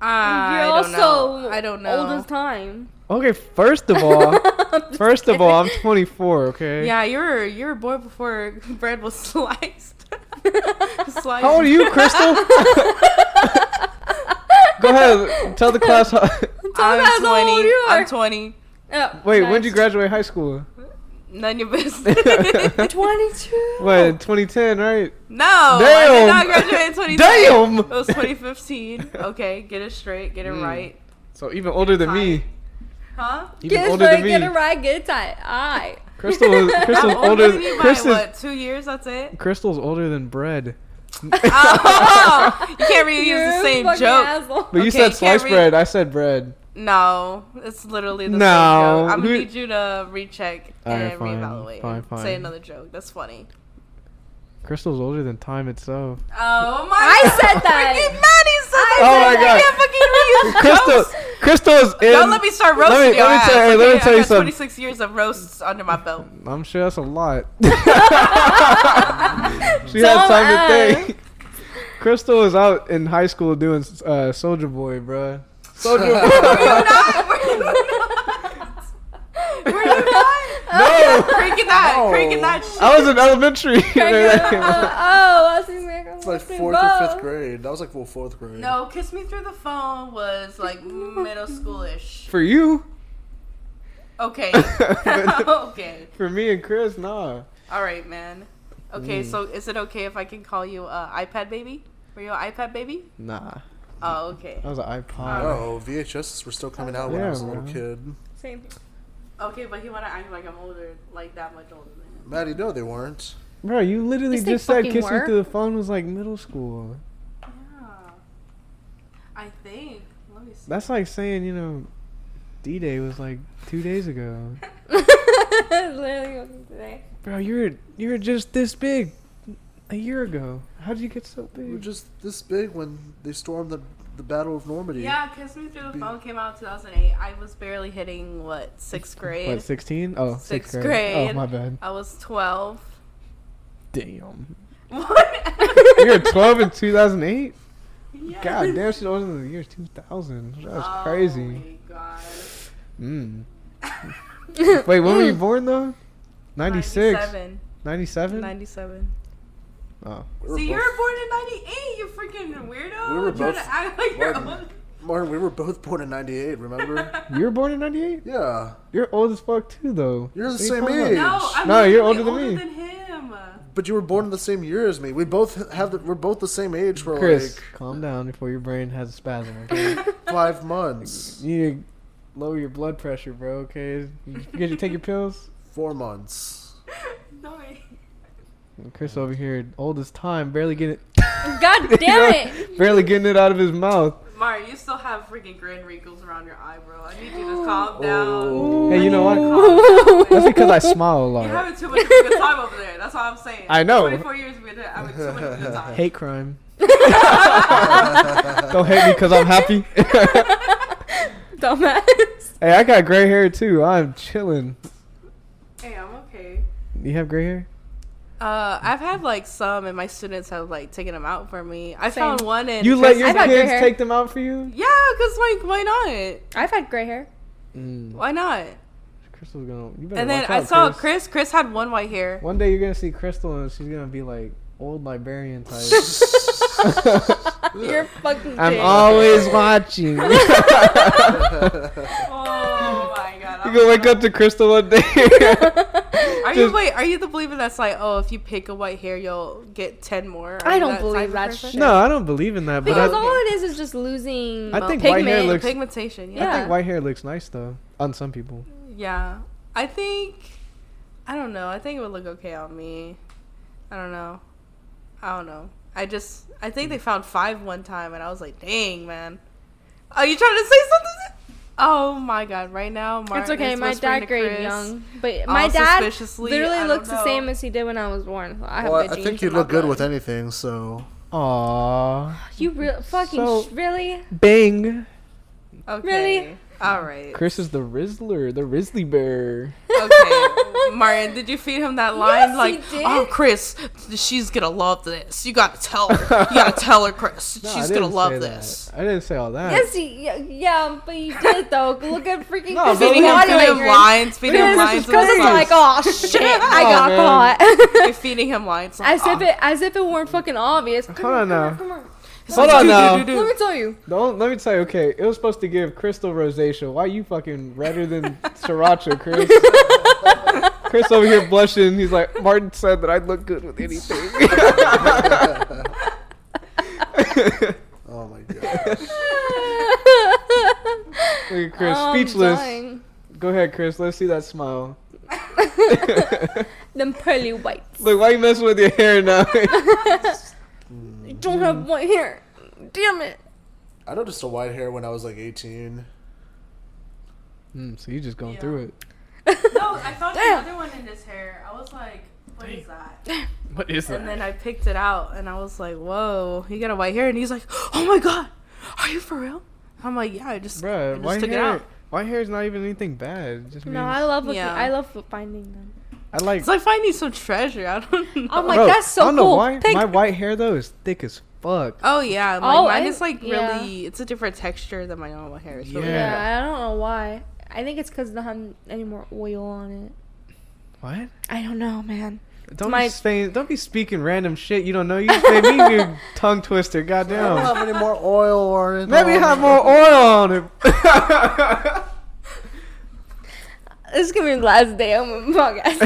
Speaker 5: I
Speaker 4: you're
Speaker 5: don't
Speaker 4: also
Speaker 5: know. I don't
Speaker 4: old as
Speaker 5: know.
Speaker 4: time.
Speaker 3: Okay, first of all,
Speaker 4: I'm just
Speaker 3: first of all, I'm
Speaker 4: kidding.
Speaker 3: 24. Okay.
Speaker 5: Yeah, you're you're born before bread was sliced. Slice
Speaker 3: How old are you, Crystal? Go ahead, tell the class. How-
Speaker 5: I'm
Speaker 4: us how old
Speaker 5: 20.
Speaker 4: you are.
Speaker 5: I'm 20.
Speaker 4: Oh,
Speaker 3: Wait,
Speaker 4: nice.
Speaker 3: when did you graduate high school?
Speaker 5: None of your business.
Speaker 4: 22.
Speaker 3: What, in 2010, right?
Speaker 5: No, I
Speaker 3: Damn.
Speaker 5: did not graduate in
Speaker 3: Damn.
Speaker 5: 2010. It was 2015. Okay, get it straight, get it
Speaker 3: Hmm.
Speaker 5: right.
Speaker 3: So even older than me.
Speaker 5: Huh?
Speaker 3: Even
Speaker 4: Get it
Speaker 3: older
Speaker 4: straight,
Speaker 3: than me.
Speaker 4: get it right, get it tight. Alright.
Speaker 3: Crystal was Crystal's
Speaker 5: Older
Speaker 3: older.
Speaker 5: than you by
Speaker 3: Crystal's,
Speaker 5: what? Two years? That's it.
Speaker 3: Crystal's older than bread.
Speaker 5: Oh, you can't really use the same joke.
Speaker 3: But you
Speaker 5: Okay,
Speaker 3: said
Speaker 5: you can't
Speaker 3: sliced
Speaker 5: read-
Speaker 3: bread. I said bread.
Speaker 5: No, it's literally the
Speaker 3: No.
Speaker 5: same joke. I'm
Speaker 3: Who-
Speaker 5: gonna need you to recheck
Speaker 3: Alright,
Speaker 5: and
Speaker 3: fine,
Speaker 5: reevaluate.
Speaker 3: fine,
Speaker 5: and Say
Speaker 3: fine.
Speaker 5: another joke. That's funny.
Speaker 3: Crystal's older than time itself.
Speaker 5: Oh my!
Speaker 4: I said that.
Speaker 5: Freaking Maddie said that.
Speaker 3: Oh my
Speaker 5: I
Speaker 3: God.
Speaker 5: can't fucking reuse
Speaker 3: Crystal,
Speaker 5: jokes.
Speaker 3: Crystal is in.
Speaker 5: Don't let me start roasting
Speaker 3: Let me-
Speaker 5: your
Speaker 3: let me
Speaker 5: ass.
Speaker 3: tell- hey, let me
Speaker 5: okay?
Speaker 3: tell
Speaker 5: I
Speaker 3: you
Speaker 5: got
Speaker 3: something.
Speaker 5: 26 years of roasts under my belt.
Speaker 3: I'm sure that's a lot. she had
Speaker 4: Dumb
Speaker 3: time to
Speaker 4: ass.
Speaker 3: think. Crystal was out in high school doing uh, Soldier Boy, bruh. Soldier Boy.
Speaker 5: Were you not? Were you not? Were you
Speaker 4: Oh,
Speaker 5: not?
Speaker 3: No,
Speaker 5: Cranking that,
Speaker 3: Oh.
Speaker 5: cranking that shit.
Speaker 3: I was in elementary.
Speaker 4: oh, I see
Speaker 2: It's like fourth or fifth grade. That was like well, fourth grade.
Speaker 5: No, Kiss Me Through the Phone was like middle schoolish.
Speaker 3: For you,
Speaker 5: Okay. okay.
Speaker 3: for me and Chris, nah.
Speaker 5: All right, man. Okay, so is it okay if I can call you uh, iPad baby? Were you an iPad baby?
Speaker 3: Nah.
Speaker 5: Oh, okay.
Speaker 3: That was an iPod.
Speaker 2: No, VHSs were still coming out when I
Speaker 3: Yeah,
Speaker 2: was a little
Speaker 3: man.
Speaker 2: kid.
Speaker 4: Same thing.
Speaker 5: Okay, but he wanna act like I'm older, like that much older than him.
Speaker 2: Maddie, no, they weren't.
Speaker 3: Bro, you literally
Speaker 4: Yes, they
Speaker 3: just said
Speaker 4: fucking
Speaker 3: Kiss Me
Speaker 4: were.
Speaker 3: Through the Phone was like middle school.
Speaker 5: Yeah. I think. Let me see.
Speaker 3: That's like saying, you know, D Day was like two days ago.
Speaker 4: Literally wasn't today.
Speaker 3: Bro, you're you're just this big a year ago. How did you get so
Speaker 2: We were
Speaker 3: big?
Speaker 2: just this big when they stormed the the Battle of Normandy.
Speaker 5: Yeah, Kiss Me Through the Phone came out in 2008. I was barely hitting, what, sixth grade?
Speaker 3: What, 16? Oh, sixth
Speaker 5: Sixth
Speaker 3: grade. Oh,
Speaker 5: grade.
Speaker 3: my bad.
Speaker 5: I was 12.
Speaker 3: Damn.
Speaker 5: What?
Speaker 3: You were 12 in 2008?
Speaker 5: Yes.
Speaker 3: God damn, she's older than the year 2000. That was
Speaker 5: Oh
Speaker 3: crazy.
Speaker 5: my God.
Speaker 3: Mm. Wait, when were you born, though? 96?
Speaker 5: 97.
Speaker 3: 97?
Speaker 5: 97.
Speaker 3: Oh.
Speaker 2: We were
Speaker 5: See, you
Speaker 2: both-
Speaker 5: were born in 98, you freaking weirdo.
Speaker 2: We were
Speaker 5: Trying
Speaker 2: both
Speaker 5: to act like you're
Speaker 2: born-
Speaker 5: old.
Speaker 2: Martin, we were both born in '98. Remember?
Speaker 3: You were born in 98?
Speaker 2: yeah,
Speaker 3: You're old as fuck, too, though.
Speaker 2: You're the
Speaker 3: What are you
Speaker 2: same
Speaker 3: talking about?
Speaker 2: age.
Speaker 5: No, I'm
Speaker 3: No, you're
Speaker 5: literally
Speaker 3: older than me.
Speaker 5: Than him.
Speaker 2: but you were born in the same year as me. We both have. The, we're both the same age for
Speaker 3: Chris, calm down before your brain has a spasm, okay?
Speaker 2: like five months,
Speaker 3: You need to lower your blood pressure, bro. Okay, you forget to take your pills.
Speaker 2: four months.
Speaker 5: No, wait.
Speaker 3: Chris over here, old as time, barely getting
Speaker 4: God damn it!
Speaker 3: barely getting it out of his mouth.
Speaker 5: Mari, you still have freaking grin wrinkles around your eyebrow. I need you to calm down.
Speaker 3: Hey, you know what?
Speaker 5: Calm down.
Speaker 3: That's because I smile a lot.
Speaker 5: You're having too much of a good time over there. That's what I'm saying.
Speaker 3: I know.
Speaker 5: 24 years we've been there, having too much of a good time.
Speaker 3: Hate crime. Don't hate me because I'm happy.
Speaker 4: Dumbass.
Speaker 3: hey, I got gray hair too. I'm chilling.
Speaker 5: Hey, I'm okay.
Speaker 3: You have gray hair?
Speaker 5: Uh, I've had like some, and my students have like taken them out for me. I
Speaker 4: Same.
Speaker 5: found one, and
Speaker 3: You let your
Speaker 4: I've got gray
Speaker 3: kids
Speaker 4: hair.
Speaker 3: take them out for you?
Speaker 5: yeah, cause like why not?
Speaker 4: I've had gray hair.
Speaker 3: Mm.
Speaker 5: Why not?
Speaker 3: Crystal's gonna. You better
Speaker 5: And then
Speaker 3: watch
Speaker 5: I
Speaker 3: out,
Speaker 5: saw
Speaker 3: Chris.
Speaker 5: Chris. Chris had one white hair.
Speaker 3: One day you're gonna see Crystal and she's gonna be like old librarian type.
Speaker 4: You're fucking
Speaker 3: I'm
Speaker 4: kidding.
Speaker 3: always watching. you
Speaker 5: Oh my god! I'm
Speaker 3: gonna wake up to Crystal one day.
Speaker 5: Are you
Speaker 3: Just-
Speaker 5: wait? Are you the believer that's like, oh, if you pick a white hair, you'll get ten more? Are
Speaker 4: I
Speaker 5: you
Speaker 4: don't
Speaker 5: type
Speaker 4: believe
Speaker 5: of
Speaker 4: that
Speaker 5: person?
Speaker 4: shit.
Speaker 3: no, I don't believe in that. But
Speaker 4: Because
Speaker 3: I,
Speaker 4: all it is is just losing uh,
Speaker 3: I think white
Speaker 4: pigment.
Speaker 3: hair looks-
Speaker 5: Pigmentation.
Speaker 3: I
Speaker 5: Yeah.
Speaker 3: think white hair looks nice though on some people.
Speaker 5: yeah. I think. I don't know. I think it would look okay on me. I don't know. I don't know. I just. I think they found five one time, and I was like, dang, man. Are you trying to say something? Oh my god! Right now, Martin
Speaker 4: It's okay.
Speaker 5: is
Speaker 4: My
Speaker 5: whispering to
Speaker 4: dad grade
Speaker 5: Chris.
Speaker 4: young, but
Speaker 5: all
Speaker 4: my dad
Speaker 5: suspiciously, I
Speaker 4: literally
Speaker 5: don't
Speaker 4: looks
Speaker 5: know.
Speaker 4: the same as he did when I was born. So I have
Speaker 2: Well, I,
Speaker 4: good
Speaker 2: I
Speaker 4: genes
Speaker 2: think
Speaker 4: in
Speaker 2: you'd
Speaker 4: my
Speaker 2: look good
Speaker 4: blood.
Speaker 2: with anything. So
Speaker 3: Aww,
Speaker 4: You real fucking
Speaker 3: So-
Speaker 4: sh- really?
Speaker 3: bang.
Speaker 5: Okay.
Speaker 4: Really?
Speaker 5: All right.
Speaker 3: Chris is the Rizzler, the Risley Bear.
Speaker 5: Okay. Martin, did you feed him that line?
Speaker 6: Yes,
Speaker 5: like,
Speaker 6: he did.
Speaker 5: oh, Chris, she's gonna love this. You gotta tell her. You gotta tell her, Chris.
Speaker 3: No, I
Speaker 5: she's
Speaker 3: didn't
Speaker 5: gonna love
Speaker 3: say that.
Speaker 5: this.
Speaker 3: I didn't say all that.
Speaker 6: Yes, he, yeah, yeah, but you did though. Look at freaking
Speaker 3: No,
Speaker 6: Chris'
Speaker 3: but
Speaker 5: Feeding him,
Speaker 6: body
Speaker 5: feeding him
Speaker 6: language.
Speaker 5: lines, feeding him
Speaker 6: Chris-
Speaker 5: lines.
Speaker 6: Chris is
Speaker 5: and
Speaker 6: like, oh shit, I
Speaker 3: Oh,
Speaker 6: got
Speaker 3: man.
Speaker 6: caught.
Speaker 5: feeding him lines. Oh. Like,
Speaker 4: As if it, as if it weren't fucking obvious.
Speaker 3: Hold on now.
Speaker 6: Come on,
Speaker 3: Hold on now.
Speaker 6: let me tell you.
Speaker 3: Don't let me tell you. Okay, it was supposed to give Crystal rosacea. Why you fucking redder than sriracha, Chris? Chris over here blushing. He's like, Martin said that I'd look good with anything.
Speaker 2: Oh my god.
Speaker 3: Look at Chris,
Speaker 4: I'm
Speaker 3: speechless.
Speaker 4: dying.
Speaker 3: Go ahead, Chris. Let's see that smile.
Speaker 4: Them pearly whites.
Speaker 3: Look, why you messing with your hair now?
Speaker 4: I don't have white hair. Damn it.
Speaker 2: I noticed a white hair when I was like 18.
Speaker 3: mm, so you just going
Speaker 5: Yeah.
Speaker 3: through it.
Speaker 5: No, I found
Speaker 4: Damn.
Speaker 5: another one in his hair. I was like, what is that?
Speaker 3: What is
Speaker 5: And then I picked it out and I was like, whoa, he got a white hair. And he's like, oh my god, are you for real? I'm like, yeah, I just, I
Speaker 3: Bruh,
Speaker 5: just
Speaker 3: white
Speaker 5: took it
Speaker 3: hair.
Speaker 5: out.
Speaker 3: White hair is not even anything bad. It just means
Speaker 4: No, I love looking.
Speaker 5: Yeah.
Speaker 4: I love finding them.
Speaker 3: I like.
Speaker 5: It's like finding some treasure. I don't know.
Speaker 4: I'm like,
Speaker 3: Bro,
Speaker 4: that's so
Speaker 3: I don't know
Speaker 4: cool.
Speaker 3: why
Speaker 4: Pick-
Speaker 3: my white hair though is thick as fuck.
Speaker 5: oh yeah, like,
Speaker 4: Oh,
Speaker 5: mine
Speaker 4: I-
Speaker 5: is like
Speaker 4: yeah.
Speaker 5: really, it's a different texture than my normal hair. It's really
Speaker 3: Yeah.
Speaker 4: Yeah, I don't know why. I think it's because don't have any more oil on it.
Speaker 3: What?
Speaker 4: I don't know, man.
Speaker 3: Don't
Speaker 4: My-
Speaker 3: be saying, don't be speaking random shit you don't know. You just made me your tongue twister.
Speaker 2: I don't
Speaker 3: Goddamn.
Speaker 2: have any more oil or anything.
Speaker 3: Maybe have more oil on it.
Speaker 4: This is gonna be the last day of my podcast.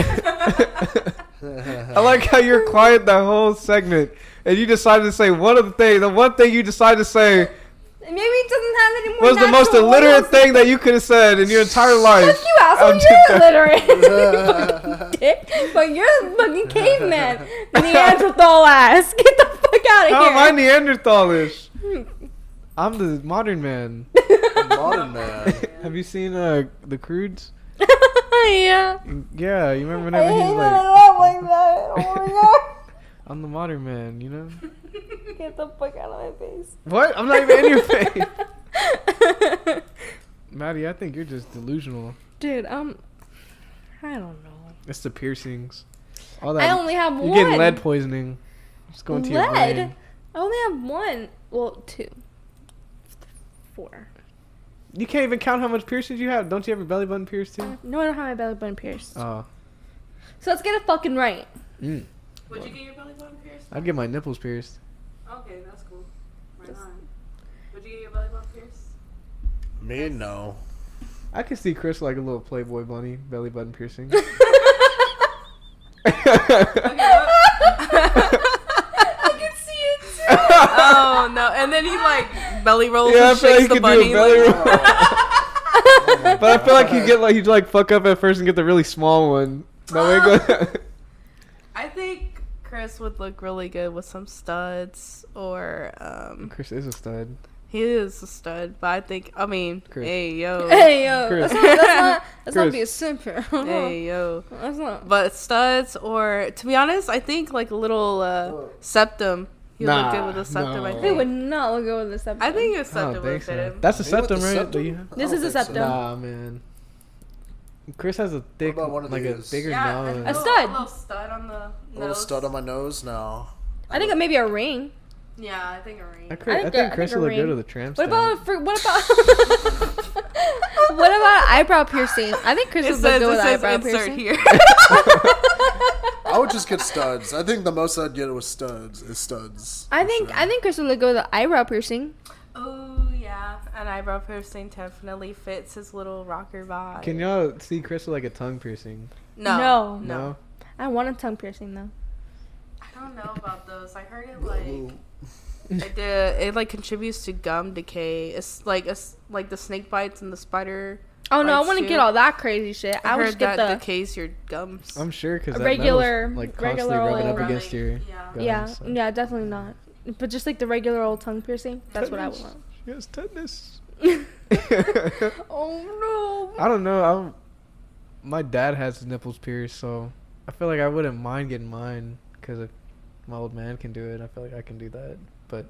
Speaker 3: I like how you're quiet the whole segment, and you decided to say one of the things. The one thing you decided to say
Speaker 4: Maybe it doesn't have any more.
Speaker 3: was the most
Speaker 4: natural
Speaker 3: illiterate
Speaker 4: oils.
Speaker 3: thing that you could have said in your entire life.
Speaker 4: Fuck you, asshole!
Speaker 3: I'm
Speaker 4: You're
Speaker 3: just-
Speaker 4: illiterate, Fucking dick. But you're a fucking caveman, Neanderthal ass. Get the fuck out
Speaker 3: How am I
Speaker 4: of here. Hmm.
Speaker 3: Neanderthalish? I'm the modern man.
Speaker 2: Modern man.
Speaker 3: Have you seen uh, the Crudes?
Speaker 4: yeah.
Speaker 3: Yeah, you remember whenever he's
Speaker 4: Hey,
Speaker 3: like,
Speaker 4: oh my god! Oh my
Speaker 3: "I'm the modern man," you know?
Speaker 4: god! Get the fuck out of my face.
Speaker 3: What? I'm not even in your face. Maddie, I think you're just delusional.
Speaker 4: Dude, um, I don't know.
Speaker 3: It's the piercings. All that.
Speaker 4: I only have
Speaker 3: you're
Speaker 4: one.
Speaker 3: getting lead poisoning. It's going to your
Speaker 4: Lead?
Speaker 3: brain.
Speaker 4: I only have one. Well, two. Four.
Speaker 3: You can't even count how much piercings you have. Don't you have your belly button pierced too?
Speaker 4: No, I don't have my belly button pierced.
Speaker 3: Oh.
Speaker 4: So let's get it fucking right.
Speaker 3: Mm.
Speaker 5: Would you get your belly button pierced?
Speaker 3: I'd get my nipples pierced.
Speaker 5: Okay, that's cool. Right on. Would you get your belly button pierced?
Speaker 2: Me, no.
Speaker 3: I could see Chris like a little Playboy bunny, belly button piercing.
Speaker 4: I can see it
Speaker 5: oh no! And then he like belly rolls
Speaker 3: Yeah, I
Speaker 5: and
Speaker 3: feel
Speaker 5: shakes
Speaker 3: like you
Speaker 5: the
Speaker 3: could do a
Speaker 5: bunny.
Speaker 3: belly
Speaker 5: like-
Speaker 3: roll. but I feel like he'd get like he'd like fuck up at first and get the really small one. That way it
Speaker 5: I think Chris would look really good with some studs, or um,
Speaker 3: go- Chris is a stud.
Speaker 5: he is a stud. But I think I mean,
Speaker 3: Chris.
Speaker 5: hey yo,
Speaker 4: too. Hey yo,
Speaker 3: Chris.
Speaker 4: let's not, let's not, let's not
Speaker 3: Chris.
Speaker 4: be a simp here.
Speaker 5: hey yo.
Speaker 4: Let's not.
Speaker 5: But studs, or to be honest, I think like a little uh, septum. He would
Speaker 3: Nah,
Speaker 5: look good with a septum. I
Speaker 3: no.
Speaker 4: They
Speaker 5: think.
Speaker 4: would not look over this episode.
Speaker 5: I think a
Speaker 3: I don't
Speaker 5: septum would
Speaker 3: think
Speaker 5: fit
Speaker 3: so.
Speaker 5: him.
Speaker 3: That's a
Speaker 2: Maybe with
Speaker 3: septum,
Speaker 2: the
Speaker 3: right?
Speaker 2: septum?
Speaker 3: Do you-
Speaker 2: I
Speaker 4: This
Speaker 2: don't
Speaker 4: is a
Speaker 2: think so.
Speaker 4: septum.
Speaker 3: Nah, man. Chris has a thick,
Speaker 2: about one of
Speaker 3: like
Speaker 2: these?
Speaker 3: a bigger
Speaker 5: a,
Speaker 3: nose.
Speaker 5: little,
Speaker 4: stud.
Speaker 5: a little stud on the
Speaker 2: A little
Speaker 5: nose.
Speaker 2: stud on my nose? No.
Speaker 4: I think maybe a ring.
Speaker 5: Yeah, I think a ring.
Speaker 3: I, cri- I
Speaker 4: think
Speaker 3: think
Speaker 4: a- I
Speaker 3: Chris
Speaker 4: think a
Speaker 3: would look good
Speaker 4: ring.
Speaker 3: with a tramp
Speaker 4: What
Speaker 3: stamp.
Speaker 4: about for, what about what about eyebrow piercing? I think Chris
Speaker 5: It
Speaker 4: would look
Speaker 5: says,
Speaker 4: good
Speaker 5: it
Speaker 4: with
Speaker 5: says
Speaker 4: eyebrow
Speaker 5: insert
Speaker 4: piercing.
Speaker 5: here.
Speaker 2: I would just get studs. I think the most I'd get was studs. Is studs.
Speaker 4: I think I think Chris would look good with the eyebrow piercing.
Speaker 5: oh yeah, an eyebrow piercing definitely fits his little rocker vibe.
Speaker 3: Can y'all see Chris with like a tongue piercing?
Speaker 5: no,
Speaker 4: No.
Speaker 5: no,
Speaker 3: No.
Speaker 4: I want a tongue piercing though.
Speaker 5: I don't know about those. I heard it like it, did, it like contributes to gum decay. It's like it's like the snake bites and the spider.
Speaker 4: Oh no, I
Speaker 5: Like
Speaker 4: want to
Speaker 5: shoe?
Speaker 4: get all that crazy shit. I,
Speaker 5: I,
Speaker 4: would
Speaker 5: heard
Speaker 4: just get
Speaker 5: that
Speaker 4: the
Speaker 5: decays your gums.
Speaker 3: I'm sure because
Speaker 4: A
Speaker 3: that
Speaker 4: regular-
Speaker 3: metal's, like constantly
Speaker 4: regular
Speaker 3: rubbing
Speaker 4: old-
Speaker 3: up against your.
Speaker 5: Yeah.
Speaker 3: gums,
Speaker 4: yeah,
Speaker 3: so-
Speaker 4: yeah, definitely not. But just like the regular old tongue piercing, that's what I would want.
Speaker 3: She has tetanus.
Speaker 4: Oh no.
Speaker 3: I don't know. I'm, my dad has his nipples pierced, so I feel like I wouldn't mind getting mine because if my old man can do it, I feel like I can do that. But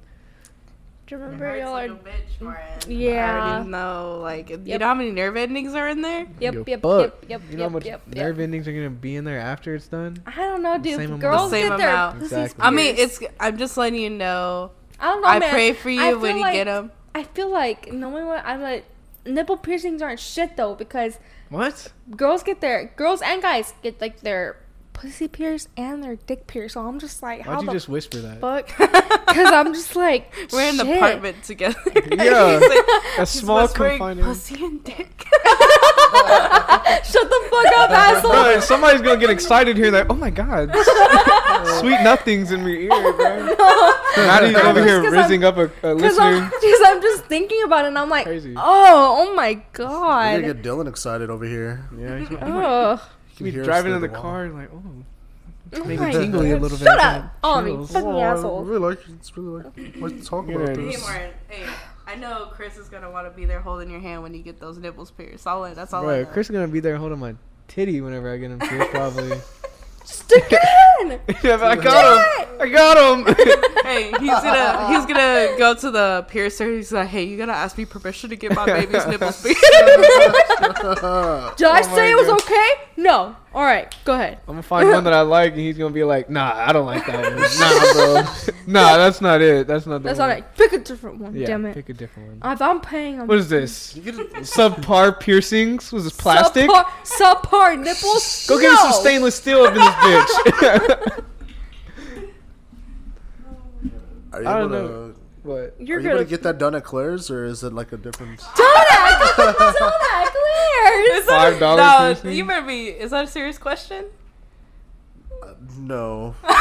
Speaker 4: Do you
Speaker 5: It
Speaker 4: remember
Speaker 5: hurts
Speaker 4: y'all
Speaker 5: like
Speaker 4: are? Mm,
Speaker 5: a bitch, Martin. I
Speaker 4: Yeah.
Speaker 5: already know. Like, you
Speaker 4: Yep.
Speaker 5: know how many nerve endings are in there?
Speaker 4: Yep,
Speaker 3: Yo,
Speaker 4: yep, yep,
Speaker 3: fuck.
Speaker 4: yep, yep,
Speaker 3: You know how much
Speaker 4: yep, yep.
Speaker 3: nerve endings are gonna be in there after it's done?
Speaker 4: I don't know, dude.
Speaker 3: same amount.
Speaker 4: Girls
Speaker 5: The same
Speaker 4: get their.
Speaker 5: amount.
Speaker 4: This is
Speaker 3: Exactly.
Speaker 5: I mean,
Speaker 4: weird.
Speaker 5: it's. I'm just letting you know.
Speaker 4: I don't know,
Speaker 5: I
Speaker 4: man.
Speaker 5: pray for
Speaker 4: I
Speaker 5: you
Speaker 4: feel
Speaker 5: when you
Speaker 4: like-
Speaker 5: get them.
Speaker 4: I feel like knowing what I'm like. Nipple piercings aren't shit though because
Speaker 3: What?
Speaker 4: girls get their girls and guys get like their pussy pierced and their dick pierced. So I'm just like, how
Speaker 3: Why'd you
Speaker 4: the
Speaker 3: just whisper that?
Speaker 4: fuck? Because I'm just like,
Speaker 5: We're in the
Speaker 4: shit.
Speaker 5: apartment together.
Speaker 3: Yeah.
Speaker 5: He's like,
Speaker 3: A
Speaker 5: he's
Speaker 3: small
Speaker 5: whispering,
Speaker 3: confining.
Speaker 5: Pussy and dick.
Speaker 4: Shut the fuck up, asshole.
Speaker 3: Bro, somebody's gonna get excited here. Like, oh my god, sweet nothings in my ear, bro. Maddie's
Speaker 4: I'm
Speaker 3: over
Speaker 4: just
Speaker 3: here
Speaker 4: 'cause
Speaker 3: rizzing up a, a
Speaker 4: Because
Speaker 3: listener.
Speaker 4: I'm, 'cause I'm just thinking about it and I'm like,
Speaker 3: Crazy.
Speaker 4: oh, oh my
Speaker 2: You're
Speaker 4: god.
Speaker 2: gonna get Dylan excited over here.
Speaker 3: Yeah, you can-
Speaker 4: Ugh.
Speaker 2: You
Speaker 3: you be
Speaker 2: hear us
Speaker 3: driving
Speaker 2: through
Speaker 3: in the
Speaker 2: wall.
Speaker 3: car, like, oh,
Speaker 4: Oh
Speaker 3: maybe
Speaker 4: my
Speaker 3: tingly a
Speaker 4: God.
Speaker 3: little bit.
Speaker 4: Shut up. Oh, I mean,
Speaker 3: Chills.
Speaker 4: fucking
Speaker 2: Oh, I
Speaker 4: asshole.
Speaker 2: really like it's really like what to talk
Speaker 3: Yeah.
Speaker 2: about
Speaker 5: Hey,
Speaker 2: this.
Speaker 5: Martin. Hey, I know Chris is gonna want to be there holding your hand when you get those nipples pierced. All I, that's all I
Speaker 3: Bro,
Speaker 5: know.
Speaker 3: Chris is gonna be there holding my titty whenever I get him pierced, probably.
Speaker 4: Stick your hand.
Speaker 3: yeah, but I got him. I got him.
Speaker 5: hey, he's gonna he's gonna go to the piercer. He's like, hey, you gotta ask me permission to get my baby's nipples pierced.
Speaker 4: Did I
Speaker 3: Oh my
Speaker 4: say it was
Speaker 3: God. Oh
Speaker 4: okay? No. All right, go ahead.
Speaker 3: I'm gonna find one that I like, and he's gonna be like, "Nah, I don't like that one. Nah, bro. Nah, that's not it. That's not the
Speaker 4: That's all
Speaker 3: one.
Speaker 4: right. Pick a different one.
Speaker 3: Yeah,
Speaker 4: Damn it.
Speaker 3: pick a different one.
Speaker 4: If I'm paying, I'm
Speaker 3: What is this? Subpar piercings? Was this plastic?
Speaker 4: Subpar, subpar nipples.
Speaker 3: Go get me
Speaker 4: no.
Speaker 3: some stainless steel up in this bitch.
Speaker 2: Are you
Speaker 3: I don't
Speaker 2: able to-
Speaker 3: know. what?
Speaker 4: You're
Speaker 2: are you gonna
Speaker 4: gonna
Speaker 2: get that done at Claire's, or is it like a different?
Speaker 4: Donut. Go get some donut, Claire's.
Speaker 3: Five dollars.
Speaker 5: no, Uh, you better be. Is that a serious question?
Speaker 2: uh, No.
Speaker 4: Uh,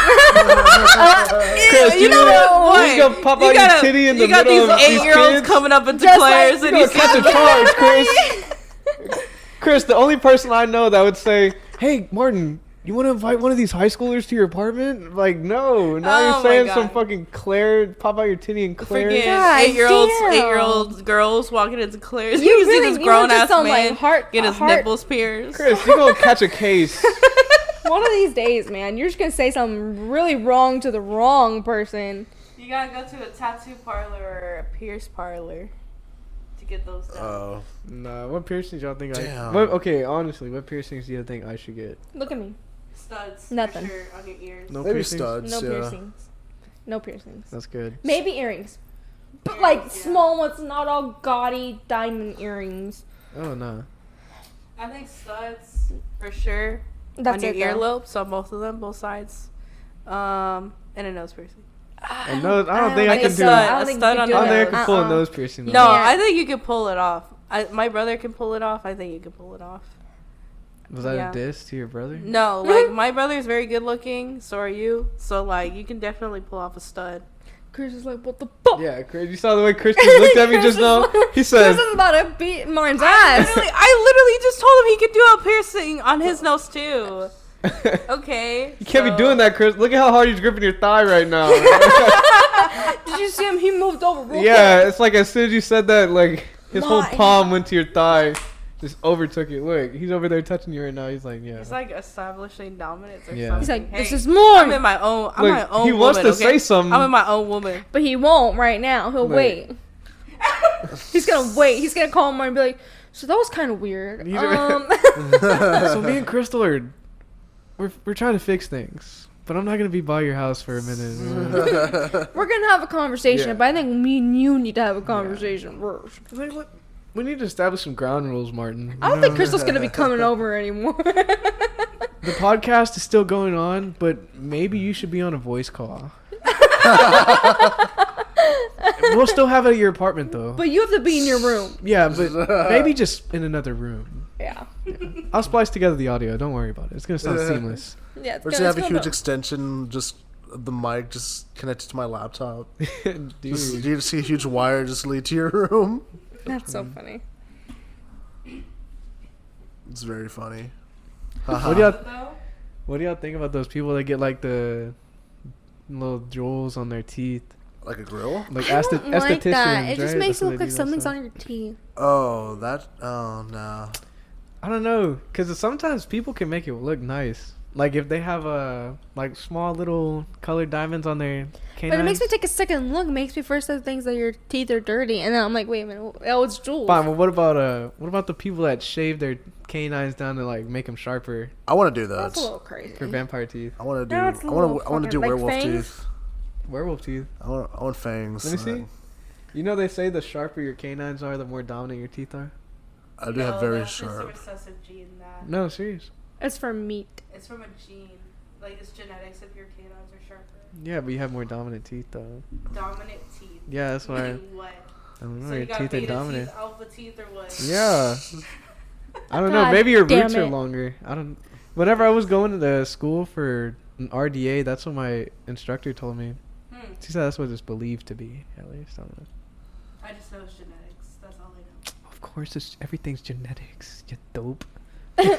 Speaker 3: Chris, you know what? He's gonna pop out your titty in the
Speaker 5: you got
Speaker 3: middle of
Speaker 5: these
Speaker 3: these
Speaker 5: eight-year-olds
Speaker 3: kids.
Speaker 5: coming up into
Speaker 4: Just
Speaker 5: players,
Speaker 4: like-
Speaker 5: and
Speaker 3: You're
Speaker 5: he's
Speaker 3: gonna catch a charge, Chris. Oh, Chris, the only person I know that would say, "Hey, Martin." You want to invite one of these high schoolers to your apartment? Like, no. Now
Speaker 5: Oh
Speaker 3: you're
Speaker 5: my
Speaker 3: saying some
Speaker 5: God.
Speaker 3: fucking Claire, pop out your titty and Claire.
Speaker 5: freaking
Speaker 4: God
Speaker 5: eight-year-olds,
Speaker 4: damn.
Speaker 5: eight-year-old girls walking into Claire's.
Speaker 4: You
Speaker 5: You, can
Speaker 4: really-
Speaker 5: see
Speaker 4: you
Speaker 5: this
Speaker 4: were
Speaker 5: grown-ass
Speaker 4: just on,
Speaker 5: man
Speaker 4: like, heart-
Speaker 5: get his
Speaker 4: heart-
Speaker 5: nipples pierced.
Speaker 3: Chris, you gonna catch a case.
Speaker 4: One of these days, man, you're just gonna say something really wrong to the wrong person.
Speaker 5: You gotta go to a tattoo parlor or a pierce parlor to get those
Speaker 3: Uh,
Speaker 5: done.
Speaker 2: Oh,
Speaker 3: nah, what piercings y'all think I?
Speaker 2: Damn.
Speaker 3: What, okay, honestly, what piercings do you think I should get?
Speaker 4: Look at me.
Speaker 5: Studs. for
Speaker 4: Nothing.
Speaker 5: sure, on your ears.
Speaker 3: No
Speaker 2: maybe
Speaker 3: piercings.
Speaker 2: studs.
Speaker 4: No
Speaker 2: yeah.
Speaker 4: piercings. No piercings.
Speaker 3: That's good.
Speaker 4: Maybe earrings. But like small ones, not all gaudy diamond earrings.
Speaker 3: Oh no.
Speaker 5: I think studs for sure.
Speaker 4: That's
Speaker 5: on
Speaker 4: it.
Speaker 5: your
Speaker 4: though.
Speaker 5: earlobes on both of them, both sides. Um, and a nose piercing.
Speaker 3: And nose, I don't think I
Speaker 5: like
Speaker 3: can
Speaker 5: a
Speaker 3: do.
Speaker 5: stud.
Speaker 3: I
Speaker 5: A stud on
Speaker 4: do
Speaker 5: your
Speaker 3: don't think I
Speaker 4: that.
Speaker 3: can pull a
Speaker 4: Uh-uh.
Speaker 3: nose piercing.
Speaker 5: No,
Speaker 3: off.
Speaker 4: Yeah.
Speaker 5: I think you could pull it off. I, my brother can pull it off. I think you can pull it off.
Speaker 3: Was that
Speaker 5: yeah.
Speaker 3: a diss to your brother?
Speaker 5: No, like my brother's very good looking. So are you. So like you can definitely pull off a stud.
Speaker 4: Chris is like, what the fuck?
Speaker 3: Yeah, Chris, you saw the way Christian looked at me
Speaker 4: Chris
Speaker 3: just
Speaker 4: is
Speaker 3: now.
Speaker 4: like-
Speaker 3: He said,
Speaker 4: Chris is about to beat Martin's
Speaker 5: I
Speaker 4: ass.
Speaker 5: literally, I literally just told him he could do a piercing on his nose too. Okay.
Speaker 3: "You can't be
Speaker 5: so-
Speaker 3: doing that, Chris. Look at how hard he's gripping your thigh right now."
Speaker 4: Did you see him? He moved over. Real
Speaker 3: yeah, it's like as soon as you said that, like his whole
Speaker 4: My-
Speaker 3: palm went to your thigh, just overtook it. Look, he's over there touching you right now. He's like, "Yeah."
Speaker 5: It's like establishing dominance or
Speaker 3: Yeah.
Speaker 5: something.
Speaker 4: He's like, this
Speaker 5: Hey,
Speaker 4: is more.
Speaker 5: I'm in my own. I'm
Speaker 3: Look,
Speaker 5: my own.
Speaker 3: he wants
Speaker 5: woman,
Speaker 3: to
Speaker 5: okay?
Speaker 3: say something.
Speaker 5: I'm in my own woman.
Speaker 4: But he won't right now. He'll
Speaker 3: Wait.
Speaker 4: wait. He's gonna wait. He's gonna call Martin and be like, "So that was kind of weird."
Speaker 3: He's-
Speaker 4: Um,
Speaker 3: so me and Crystal are we're, we're trying to fix things, but I'm not gonna be by your house for a minute.
Speaker 4: we're gonna have a conversation,
Speaker 3: Yeah.
Speaker 4: but I think me and you need to have a conversation first.
Speaker 3: It's like, what? We need to establish some ground rules, Martin. you
Speaker 4: I don't
Speaker 3: know?
Speaker 4: think Crystal's gonna be coming over anymore.
Speaker 3: the podcast is still going on, but maybe you should be on a voice call. we'll still have it at your apartment though.
Speaker 4: but you have to be in your room.
Speaker 3: yeah, but maybe just in another room.
Speaker 4: Yeah,
Speaker 3: I'll splice together the audio. Don't worry about it. It's gonna sound seamless.
Speaker 4: yeah. It's
Speaker 2: We're
Speaker 4: gonna,
Speaker 2: just gonna have
Speaker 4: it's
Speaker 2: a
Speaker 4: gonna-
Speaker 2: huge extension. Just the mic just connected to my laptop. Just,
Speaker 3: Dude,
Speaker 2: you just see a huge wire just lead to your room.
Speaker 4: That's so funny.
Speaker 2: It's very funny.
Speaker 3: what do y'all what do y'all think about those people that get like the little jewels on their teeth?
Speaker 2: Like a grill?
Speaker 3: like
Speaker 4: I
Speaker 3: ast-
Speaker 4: don't like that. It just
Speaker 3: right?
Speaker 4: makes
Speaker 3: That's
Speaker 4: it
Speaker 3: what
Speaker 4: look
Speaker 3: they
Speaker 4: like
Speaker 3: do
Speaker 4: something's
Speaker 3: outside.
Speaker 4: on your teeth.
Speaker 2: Oh, that. Oh no.
Speaker 3: I don't know, cause sometimes people can make it look nice. Like if they have a like small little colored diamonds on their canines.
Speaker 4: But it makes me take a second look. Makes me first think that your teeth are dirty, and then I'm like, wait a minute, oh, it's jewels.
Speaker 3: Fine, well, what about uh, what about the people that shave their canines down to like make them sharper
Speaker 2: I want to do that.
Speaker 4: That's a little crazy.
Speaker 3: for vampire teeth,
Speaker 2: I want to do.
Speaker 4: No, it's a
Speaker 2: I want
Speaker 4: little
Speaker 2: to. I want to do
Speaker 4: fucking like
Speaker 2: werewolf
Speaker 4: fangs.
Speaker 2: teeth.
Speaker 3: werewolf teeth?
Speaker 2: I want. I want fangs.
Speaker 3: Let me see. You know they say the sharper your canines are, the more dominant your teeth are.
Speaker 2: I do
Speaker 3: Oh,
Speaker 2: have very
Speaker 5: that's Just a
Speaker 2: sharp.
Speaker 5: recessive gene that
Speaker 3: No, serious.
Speaker 4: It's for meat.
Speaker 5: it's from a gene. Like it's genetics if your canines are sharper.
Speaker 3: Yeah, but you have more dominant teeth though.
Speaker 5: Dominant teeth.
Speaker 3: Yeah, that's why. I
Speaker 5: Meaning what?
Speaker 3: don't know.
Speaker 5: So you
Speaker 3: your
Speaker 5: got
Speaker 3: teeth are
Speaker 5: beta
Speaker 3: dominant.
Speaker 5: teeth, alpha teeth, or what? Hmm,
Speaker 3: Yeah. I don't know.
Speaker 4: God
Speaker 3: Maybe your
Speaker 4: damn
Speaker 3: roots are
Speaker 4: it.
Speaker 3: longer. I don't. Whenever I was going to the school for an RDA, that's what my instructor told me.
Speaker 5: Hmm.
Speaker 3: She said that's what it's believed to be, at least. I don't know.
Speaker 5: I just know it's genetics. That's all I know.
Speaker 3: Of course, it's, everything's genetics. You dope.
Speaker 4: you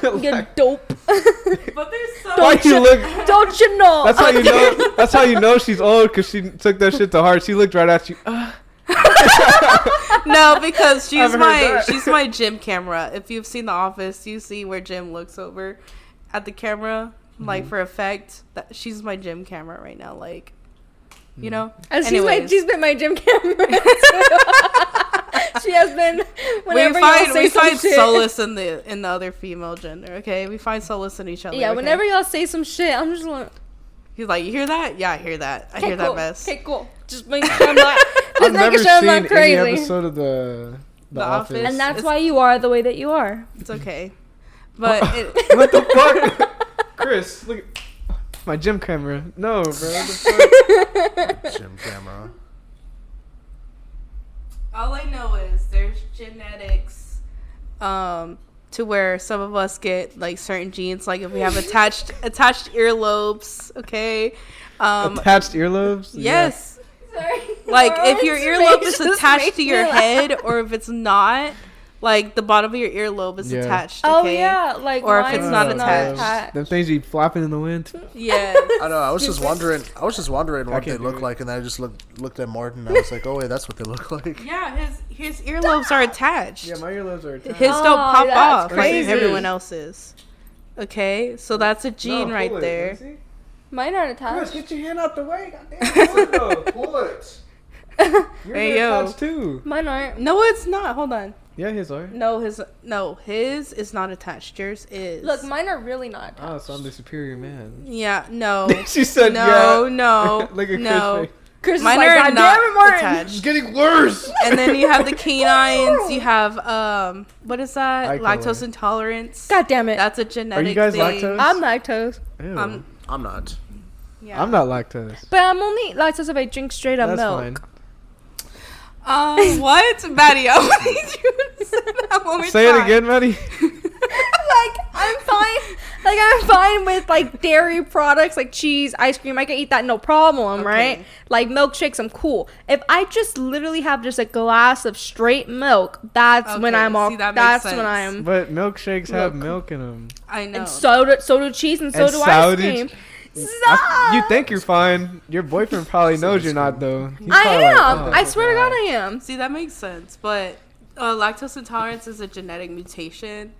Speaker 4: dope.
Speaker 5: But there's so
Speaker 3: Why you look?
Speaker 4: Don't you know?
Speaker 3: That's how you know. That's how you know she's old because she took that shit to heart. She looked right at you. "Ah."
Speaker 5: no, because she's
Speaker 3: heard
Speaker 5: my
Speaker 3: that.
Speaker 5: she's my gym camera. If you've seen The Office, you see where Jim looks over at the camera,
Speaker 3: Mm-hmm.
Speaker 5: like for effect. That she's my gym camera right now. Like,
Speaker 3: Mm.
Speaker 5: you know.
Speaker 4: And she's, my,
Speaker 5: Anyways.
Speaker 4: she's been my gym camera. too. she has been.
Speaker 5: we
Speaker 4: Whenever
Speaker 5: find
Speaker 4: y'all say
Speaker 5: we
Speaker 4: some
Speaker 5: find
Speaker 4: shit,
Speaker 5: solace in the in the other female gender. Okay, we find solace in each other.
Speaker 4: Yeah,
Speaker 5: okay?
Speaker 4: whenever y'all say some shit, I'm just like,
Speaker 5: he's like, you hear that? Yeah, I hear that. I
Speaker 4: okay,
Speaker 5: hear
Speaker 4: cool.
Speaker 5: that mess.
Speaker 4: Okay, cool. Just make sure I'm not.
Speaker 3: I've never
Speaker 4: Just making
Speaker 3: seen
Speaker 4: sure I'm not
Speaker 3: any
Speaker 4: crazy.
Speaker 3: episode of the The,
Speaker 5: The
Speaker 3: Office.
Speaker 5: Office.
Speaker 4: And that's
Speaker 5: It's-
Speaker 4: why you are the way that you are.
Speaker 5: It's okay. But it,
Speaker 3: what the fuck, Chris? Look, at my gym camera. No, bro. What the
Speaker 2: Gym camera.
Speaker 5: All I know is there's genetics um, to where some of us get like certain genes, like if we have attached attached earlobes, okay. Um,
Speaker 3: fuck? Attached earlobes. Yeah.
Speaker 5: yes,
Speaker 4: Sorry.
Speaker 5: like if your earlobe is
Speaker 4: Just
Speaker 5: attached
Speaker 4: make
Speaker 5: to
Speaker 4: me
Speaker 5: your
Speaker 4: laugh.
Speaker 5: head, or if it's not, like the bottom of your earlobe is
Speaker 3: Yeah.
Speaker 5: attached. Okay?
Speaker 4: Oh yeah, like
Speaker 5: Or if it's
Speaker 4: mine's
Speaker 5: not attached.
Speaker 3: Them things you flopping in the wind.
Speaker 5: yes.
Speaker 2: I know. I was just wondering. I was just wondering what they
Speaker 3: can't do
Speaker 2: look
Speaker 3: it.
Speaker 2: like, and then I just looked looked at Martin. And I was like, oh wait, that's what they look like.
Speaker 5: Yeah, his his earlobes are attached.
Speaker 3: Yeah, my earlobes are attached.
Speaker 5: his don't
Speaker 4: Oh,
Speaker 5: pop
Speaker 4: that's
Speaker 5: off
Speaker 3: crazy.
Speaker 5: like everyone else's. Okay, so that's a gene right there.
Speaker 4: Mine aren't attached.
Speaker 3: get your hand out the way. Goddamn, pull it. You're
Speaker 5: Hey, yo.
Speaker 3: attached too.
Speaker 4: Mine aren't.
Speaker 5: No, it's not. Hold on.
Speaker 3: Yeah, his are.
Speaker 5: No, his no, his is not attached. Yours is.
Speaker 4: Look, mine are really not. Attached.
Speaker 3: Oh, so I'm the superior man.
Speaker 5: yeah, no,
Speaker 3: she said
Speaker 5: no,
Speaker 3: yeah.
Speaker 5: no,
Speaker 3: Look at
Speaker 5: no.
Speaker 3: Chris. face.
Speaker 4: Chris
Speaker 5: Mine
Speaker 4: is
Speaker 5: are
Speaker 4: like, God
Speaker 5: not
Speaker 4: damn it, Martin.
Speaker 5: attached.
Speaker 2: getting worse.
Speaker 5: And then you have the canines. You have um, what is that?
Speaker 3: I can't
Speaker 5: lactose
Speaker 3: wait.
Speaker 5: intolerance.
Speaker 4: God damn it.
Speaker 5: That's a genetic.
Speaker 3: guys
Speaker 5: thing.
Speaker 3: lactose?
Speaker 4: I'm lactose,
Speaker 3: Ew.
Speaker 5: Um,
Speaker 2: I'm not.
Speaker 5: yeah.
Speaker 3: I'm not lactose.
Speaker 4: but I'm only lactose if I drink straight up
Speaker 3: That's
Speaker 4: milk.
Speaker 3: fine.
Speaker 5: Um, what, Maddie? I wanted you to say that one more
Speaker 3: Say it
Speaker 5: time.
Speaker 3: again, Maddie.
Speaker 4: like I'm fine. Like I'm fine with like dairy products, like cheese, ice cream. I can eat that no problem,
Speaker 5: Okay.
Speaker 4: right? Like milkshakes, I'm cool. If I just literally have just a glass of straight milk, that's when
Speaker 5: Okay,
Speaker 4: I'm all.
Speaker 5: see, that makes
Speaker 4: that's when
Speaker 5: sense.
Speaker 4: I'm.
Speaker 3: But milkshakes have milk in them.
Speaker 5: I know.
Speaker 4: And so do so do cheese, and
Speaker 3: Oh.
Speaker 4: so
Speaker 3: And
Speaker 4: do
Speaker 3: sour
Speaker 4: ice
Speaker 3: do
Speaker 4: cream.
Speaker 3: ch-
Speaker 4: Stop!
Speaker 3: You think you're fine. Your boyfriend probably knows you're not, though. He's
Speaker 4: I
Speaker 3: probably like,
Speaker 4: am.
Speaker 3: "Oh."
Speaker 4: I swear to God, I am.
Speaker 5: See, that makes sense, but uh, lactose intolerance is a genetic mutation.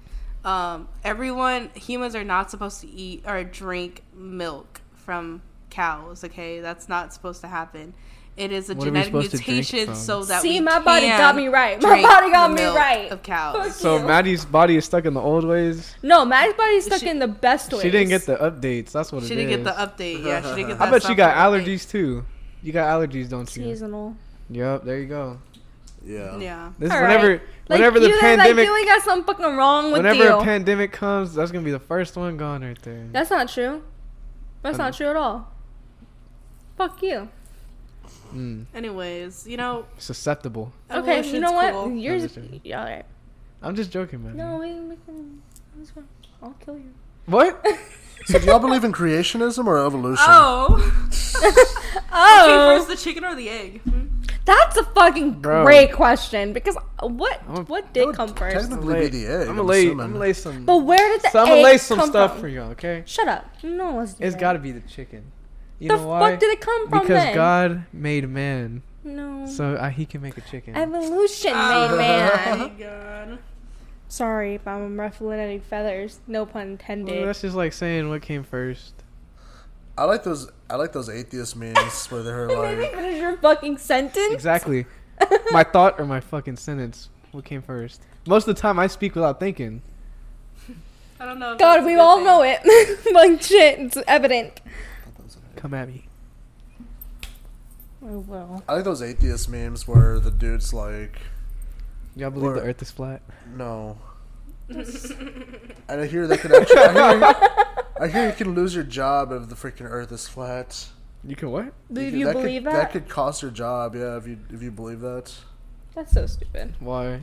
Speaker 5: Um, everyone, humans are not supposed to eat or drink milk from cows. Okay, that's not supposed to happen. It is
Speaker 3: What are
Speaker 5: a
Speaker 3: we
Speaker 5: genetic
Speaker 3: supposed to drink
Speaker 5: mutation,
Speaker 3: from?
Speaker 5: so that
Speaker 4: See,
Speaker 5: we
Speaker 4: my body
Speaker 5: can
Speaker 4: got me right. My
Speaker 5: drink
Speaker 4: body got
Speaker 5: the
Speaker 4: me
Speaker 5: milk
Speaker 4: right.
Speaker 5: of cows.
Speaker 4: Fuck
Speaker 3: So
Speaker 4: you.
Speaker 3: Maddie's body is stuck in the old ways.
Speaker 4: No, Maddie's body's stuck
Speaker 5: She-
Speaker 4: in the best way.
Speaker 3: She didn't get the updates. That's what it is.
Speaker 5: She didn't get the update. Yeah, she didn't get.
Speaker 3: I
Speaker 5: that
Speaker 3: bet you got
Speaker 5: software update.
Speaker 3: allergies too. You got allergies, don't you?
Speaker 4: seasonal.
Speaker 3: Yep. There you go.
Speaker 2: Yeah.
Speaker 5: Yeah.
Speaker 3: This
Speaker 4: All
Speaker 3: whenever
Speaker 4: right. Like,
Speaker 3: whenever the
Speaker 4: you,
Speaker 3: pandemic
Speaker 4: like, you ain't got something fucking wrong with
Speaker 3: whenever
Speaker 4: you.
Speaker 3: a pandemic comes, that's gonna be the first one gone right there.
Speaker 4: That's not true. That's not true at all. Fuck you.
Speaker 3: Mm,
Speaker 5: Anyways, you know.
Speaker 3: susceptible.
Speaker 4: Okay, you know what?
Speaker 5: evolution's cool.
Speaker 4: Yours.
Speaker 3: Understand.
Speaker 4: Yeah, all right.
Speaker 3: I'm just joking, man.
Speaker 4: No, we, we can. it's fine. I'll kill you.
Speaker 3: What?
Speaker 2: So do y'all believe in creationism or evolution?
Speaker 5: Oh.
Speaker 4: Oh,
Speaker 5: First the chicken or the egg? Hmm?
Speaker 4: that's a fucking
Speaker 3: Bro.
Speaker 4: great question because what
Speaker 3: I'm a-
Speaker 4: what
Speaker 2: That
Speaker 4: did
Speaker 2: would
Speaker 4: come first?
Speaker 2: Technically,
Speaker 3: Lay-
Speaker 2: be the egg.
Speaker 3: I'm
Speaker 2: I'm,
Speaker 3: gonna lay. I'm
Speaker 2: assuming.
Speaker 3: gonna lay some.
Speaker 4: But where did the
Speaker 3: so I'm gonna
Speaker 4: egg
Speaker 3: lay some
Speaker 4: come
Speaker 3: stuff
Speaker 4: from?
Speaker 3: for y'all. Okay.
Speaker 4: Shut up. No, it's
Speaker 3: It's
Speaker 4: different.
Speaker 3: gotta be the chicken. You
Speaker 4: The
Speaker 3: know why?
Speaker 4: fuck did it come from
Speaker 3: because
Speaker 4: then?
Speaker 3: God made man,
Speaker 4: no.
Speaker 3: so uh, he can make a chicken.
Speaker 2: Oh.
Speaker 4: Evolution made man.
Speaker 5: God.
Speaker 7: Sorry if I'm ruffling any feathers. No pun intended.
Speaker 3: Well, that's just like saying what came first.
Speaker 2: I like those. I like those atheist memes where they're
Speaker 4: Maybe
Speaker 2: like,
Speaker 4: finish your fucking sentence.
Speaker 3: Exactly. my thought or my fucking sentence. What came first? Most of the time, I speak without thinking.
Speaker 5: I don't know. if that's
Speaker 4: God,
Speaker 5: a
Speaker 4: we
Speaker 5: good
Speaker 4: all
Speaker 5: thing.
Speaker 4: know it. like shit, it's evident.
Speaker 3: Come at me.
Speaker 7: oh well.
Speaker 2: I like those atheist memes where the dude's like,
Speaker 3: Y'all believe the
Speaker 2: Or-
Speaker 3: Earth is flat?
Speaker 2: no. and I hear they can actually. I hear, I hear you can lose your job if the freaking Earth is flat.
Speaker 3: You can what?
Speaker 7: Do
Speaker 2: could-
Speaker 7: you
Speaker 2: that
Speaker 7: believe
Speaker 2: could,
Speaker 7: that?
Speaker 2: could cost your job. Yeah, if you if you believe that.
Speaker 4: That's so stupid.
Speaker 3: Why?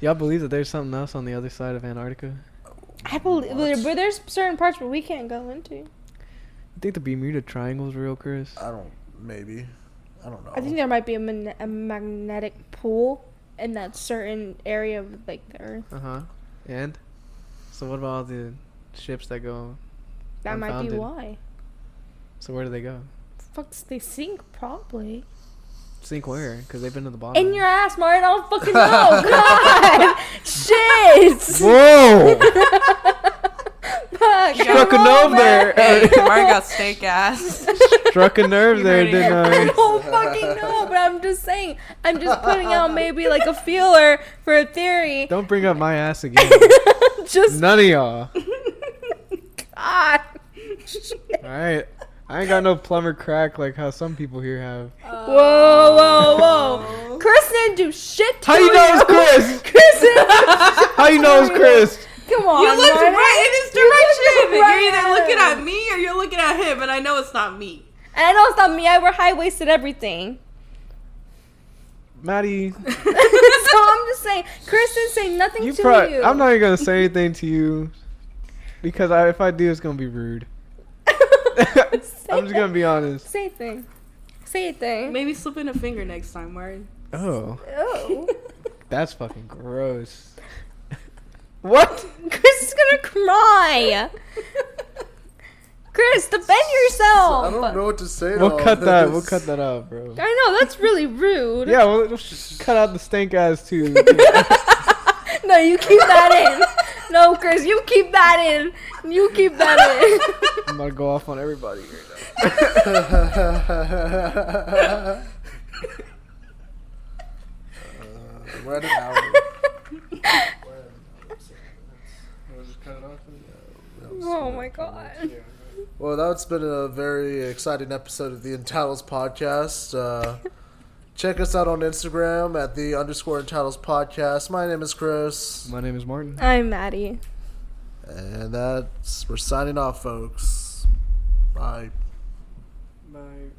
Speaker 3: Y'all believe that there's something else on the other side of Antarctica?
Speaker 7: I believe
Speaker 2: What?
Speaker 7: but there's certain parts where we can't go into.
Speaker 3: You think the Bermuda Triangle's real, Chris?
Speaker 2: I don't. Maybe. I don't know.
Speaker 7: I think there might be a, man- a magnetic pull in that certain area of like the earth.
Speaker 3: Uh huh. And? So what about all the ships that go?
Speaker 7: That might be
Speaker 3: Unfounded.
Speaker 7: why.
Speaker 3: So where do they go?
Speaker 7: Fucks, they sink probably.
Speaker 3: Sink where? Because they've been to the bottom.
Speaker 4: In your ass, Martin. I don't fucking know. God, shit.
Speaker 3: Whoa!
Speaker 4: Fuck.
Speaker 3: Struck a nerve
Speaker 5: Hey,
Speaker 3: there.
Speaker 5: Mark got steak ass.
Speaker 3: Struck a nerve
Speaker 5: You
Speaker 3: there,
Speaker 5: heard it
Speaker 3: didn't
Speaker 4: I
Speaker 3: I?
Speaker 4: don't fucking know, but I'm just saying. I'm just putting out maybe like a feeler for a theory.
Speaker 3: Don't bring up my ass again.
Speaker 4: just
Speaker 3: None of y'all.
Speaker 4: God.
Speaker 3: Alright. I ain't got no plumber crack like how some people here have.
Speaker 4: Whoa, whoa, whoa. Chris didn't do shit. To
Speaker 3: How you know it's Chris?
Speaker 4: Chris didn't do
Speaker 3: How you know it's Chris?
Speaker 4: Come on.
Speaker 5: You looked
Speaker 4: Martin.
Speaker 5: right in his direction.
Speaker 4: looked right
Speaker 5: you're either
Speaker 4: at
Speaker 5: looking
Speaker 4: him.
Speaker 5: at me or you're looking at him, and I know it's not me.
Speaker 4: And I know it's not me. I wear high waisted everything.
Speaker 3: Maddie,
Speaker 4: So I'm just saying, Chris didn't say nothing
Speaker 3: you
Speaker 4: to
Speaker 3: pro-
Speaker 4: you.
Speaker 3: I'm not even gonna say anything to you because I, if I do, it's gonna be rude. I'm just gonna be honest.
Speaker 4: Say a thing. Say a thing.
Speaker 5: Maybe slip in a finger next time, Martin.
Speaker 3: Oh,
Speaker 4: Oh.
Speaker 3: that's fucking gross. what?
Speaker 4: Chris is gonna cry. Chris, defend yourself.
Speaker 2: I don't know what to say. to
Speaker 3: We'll
Speaker 2: all
Speaker 3: cut that.
Speaker 2: this.
Speaker 3: We'll cut that out, bro.
Speaker 4: I know that's really rude.
Speaker 3: Yeah, we'll, we'll sh- cut out the stank ass too.
Speaker 4: No, you keep that in. No, Chris, you keep that in. You keep that in.
Speaker 3: I'm gonna go off on everybody right now.
Speaker 2: Uh, we're at an hour. We're at an hour, so we'll just cut it off and, uh, that was-
Speaker 4: oh my god.
Speaker 2: Well, that's been a very exciting episode of the Entitles podcast. Uh, check us out on Instagram at the underscore Entitles podcast. My name is Chris,
Speaker 3: My name is Martin.
Speaker 7: I'm Maddie.
Speaker 2: and that's we're signing off, folks. Bye.
Speaker 3: Bye.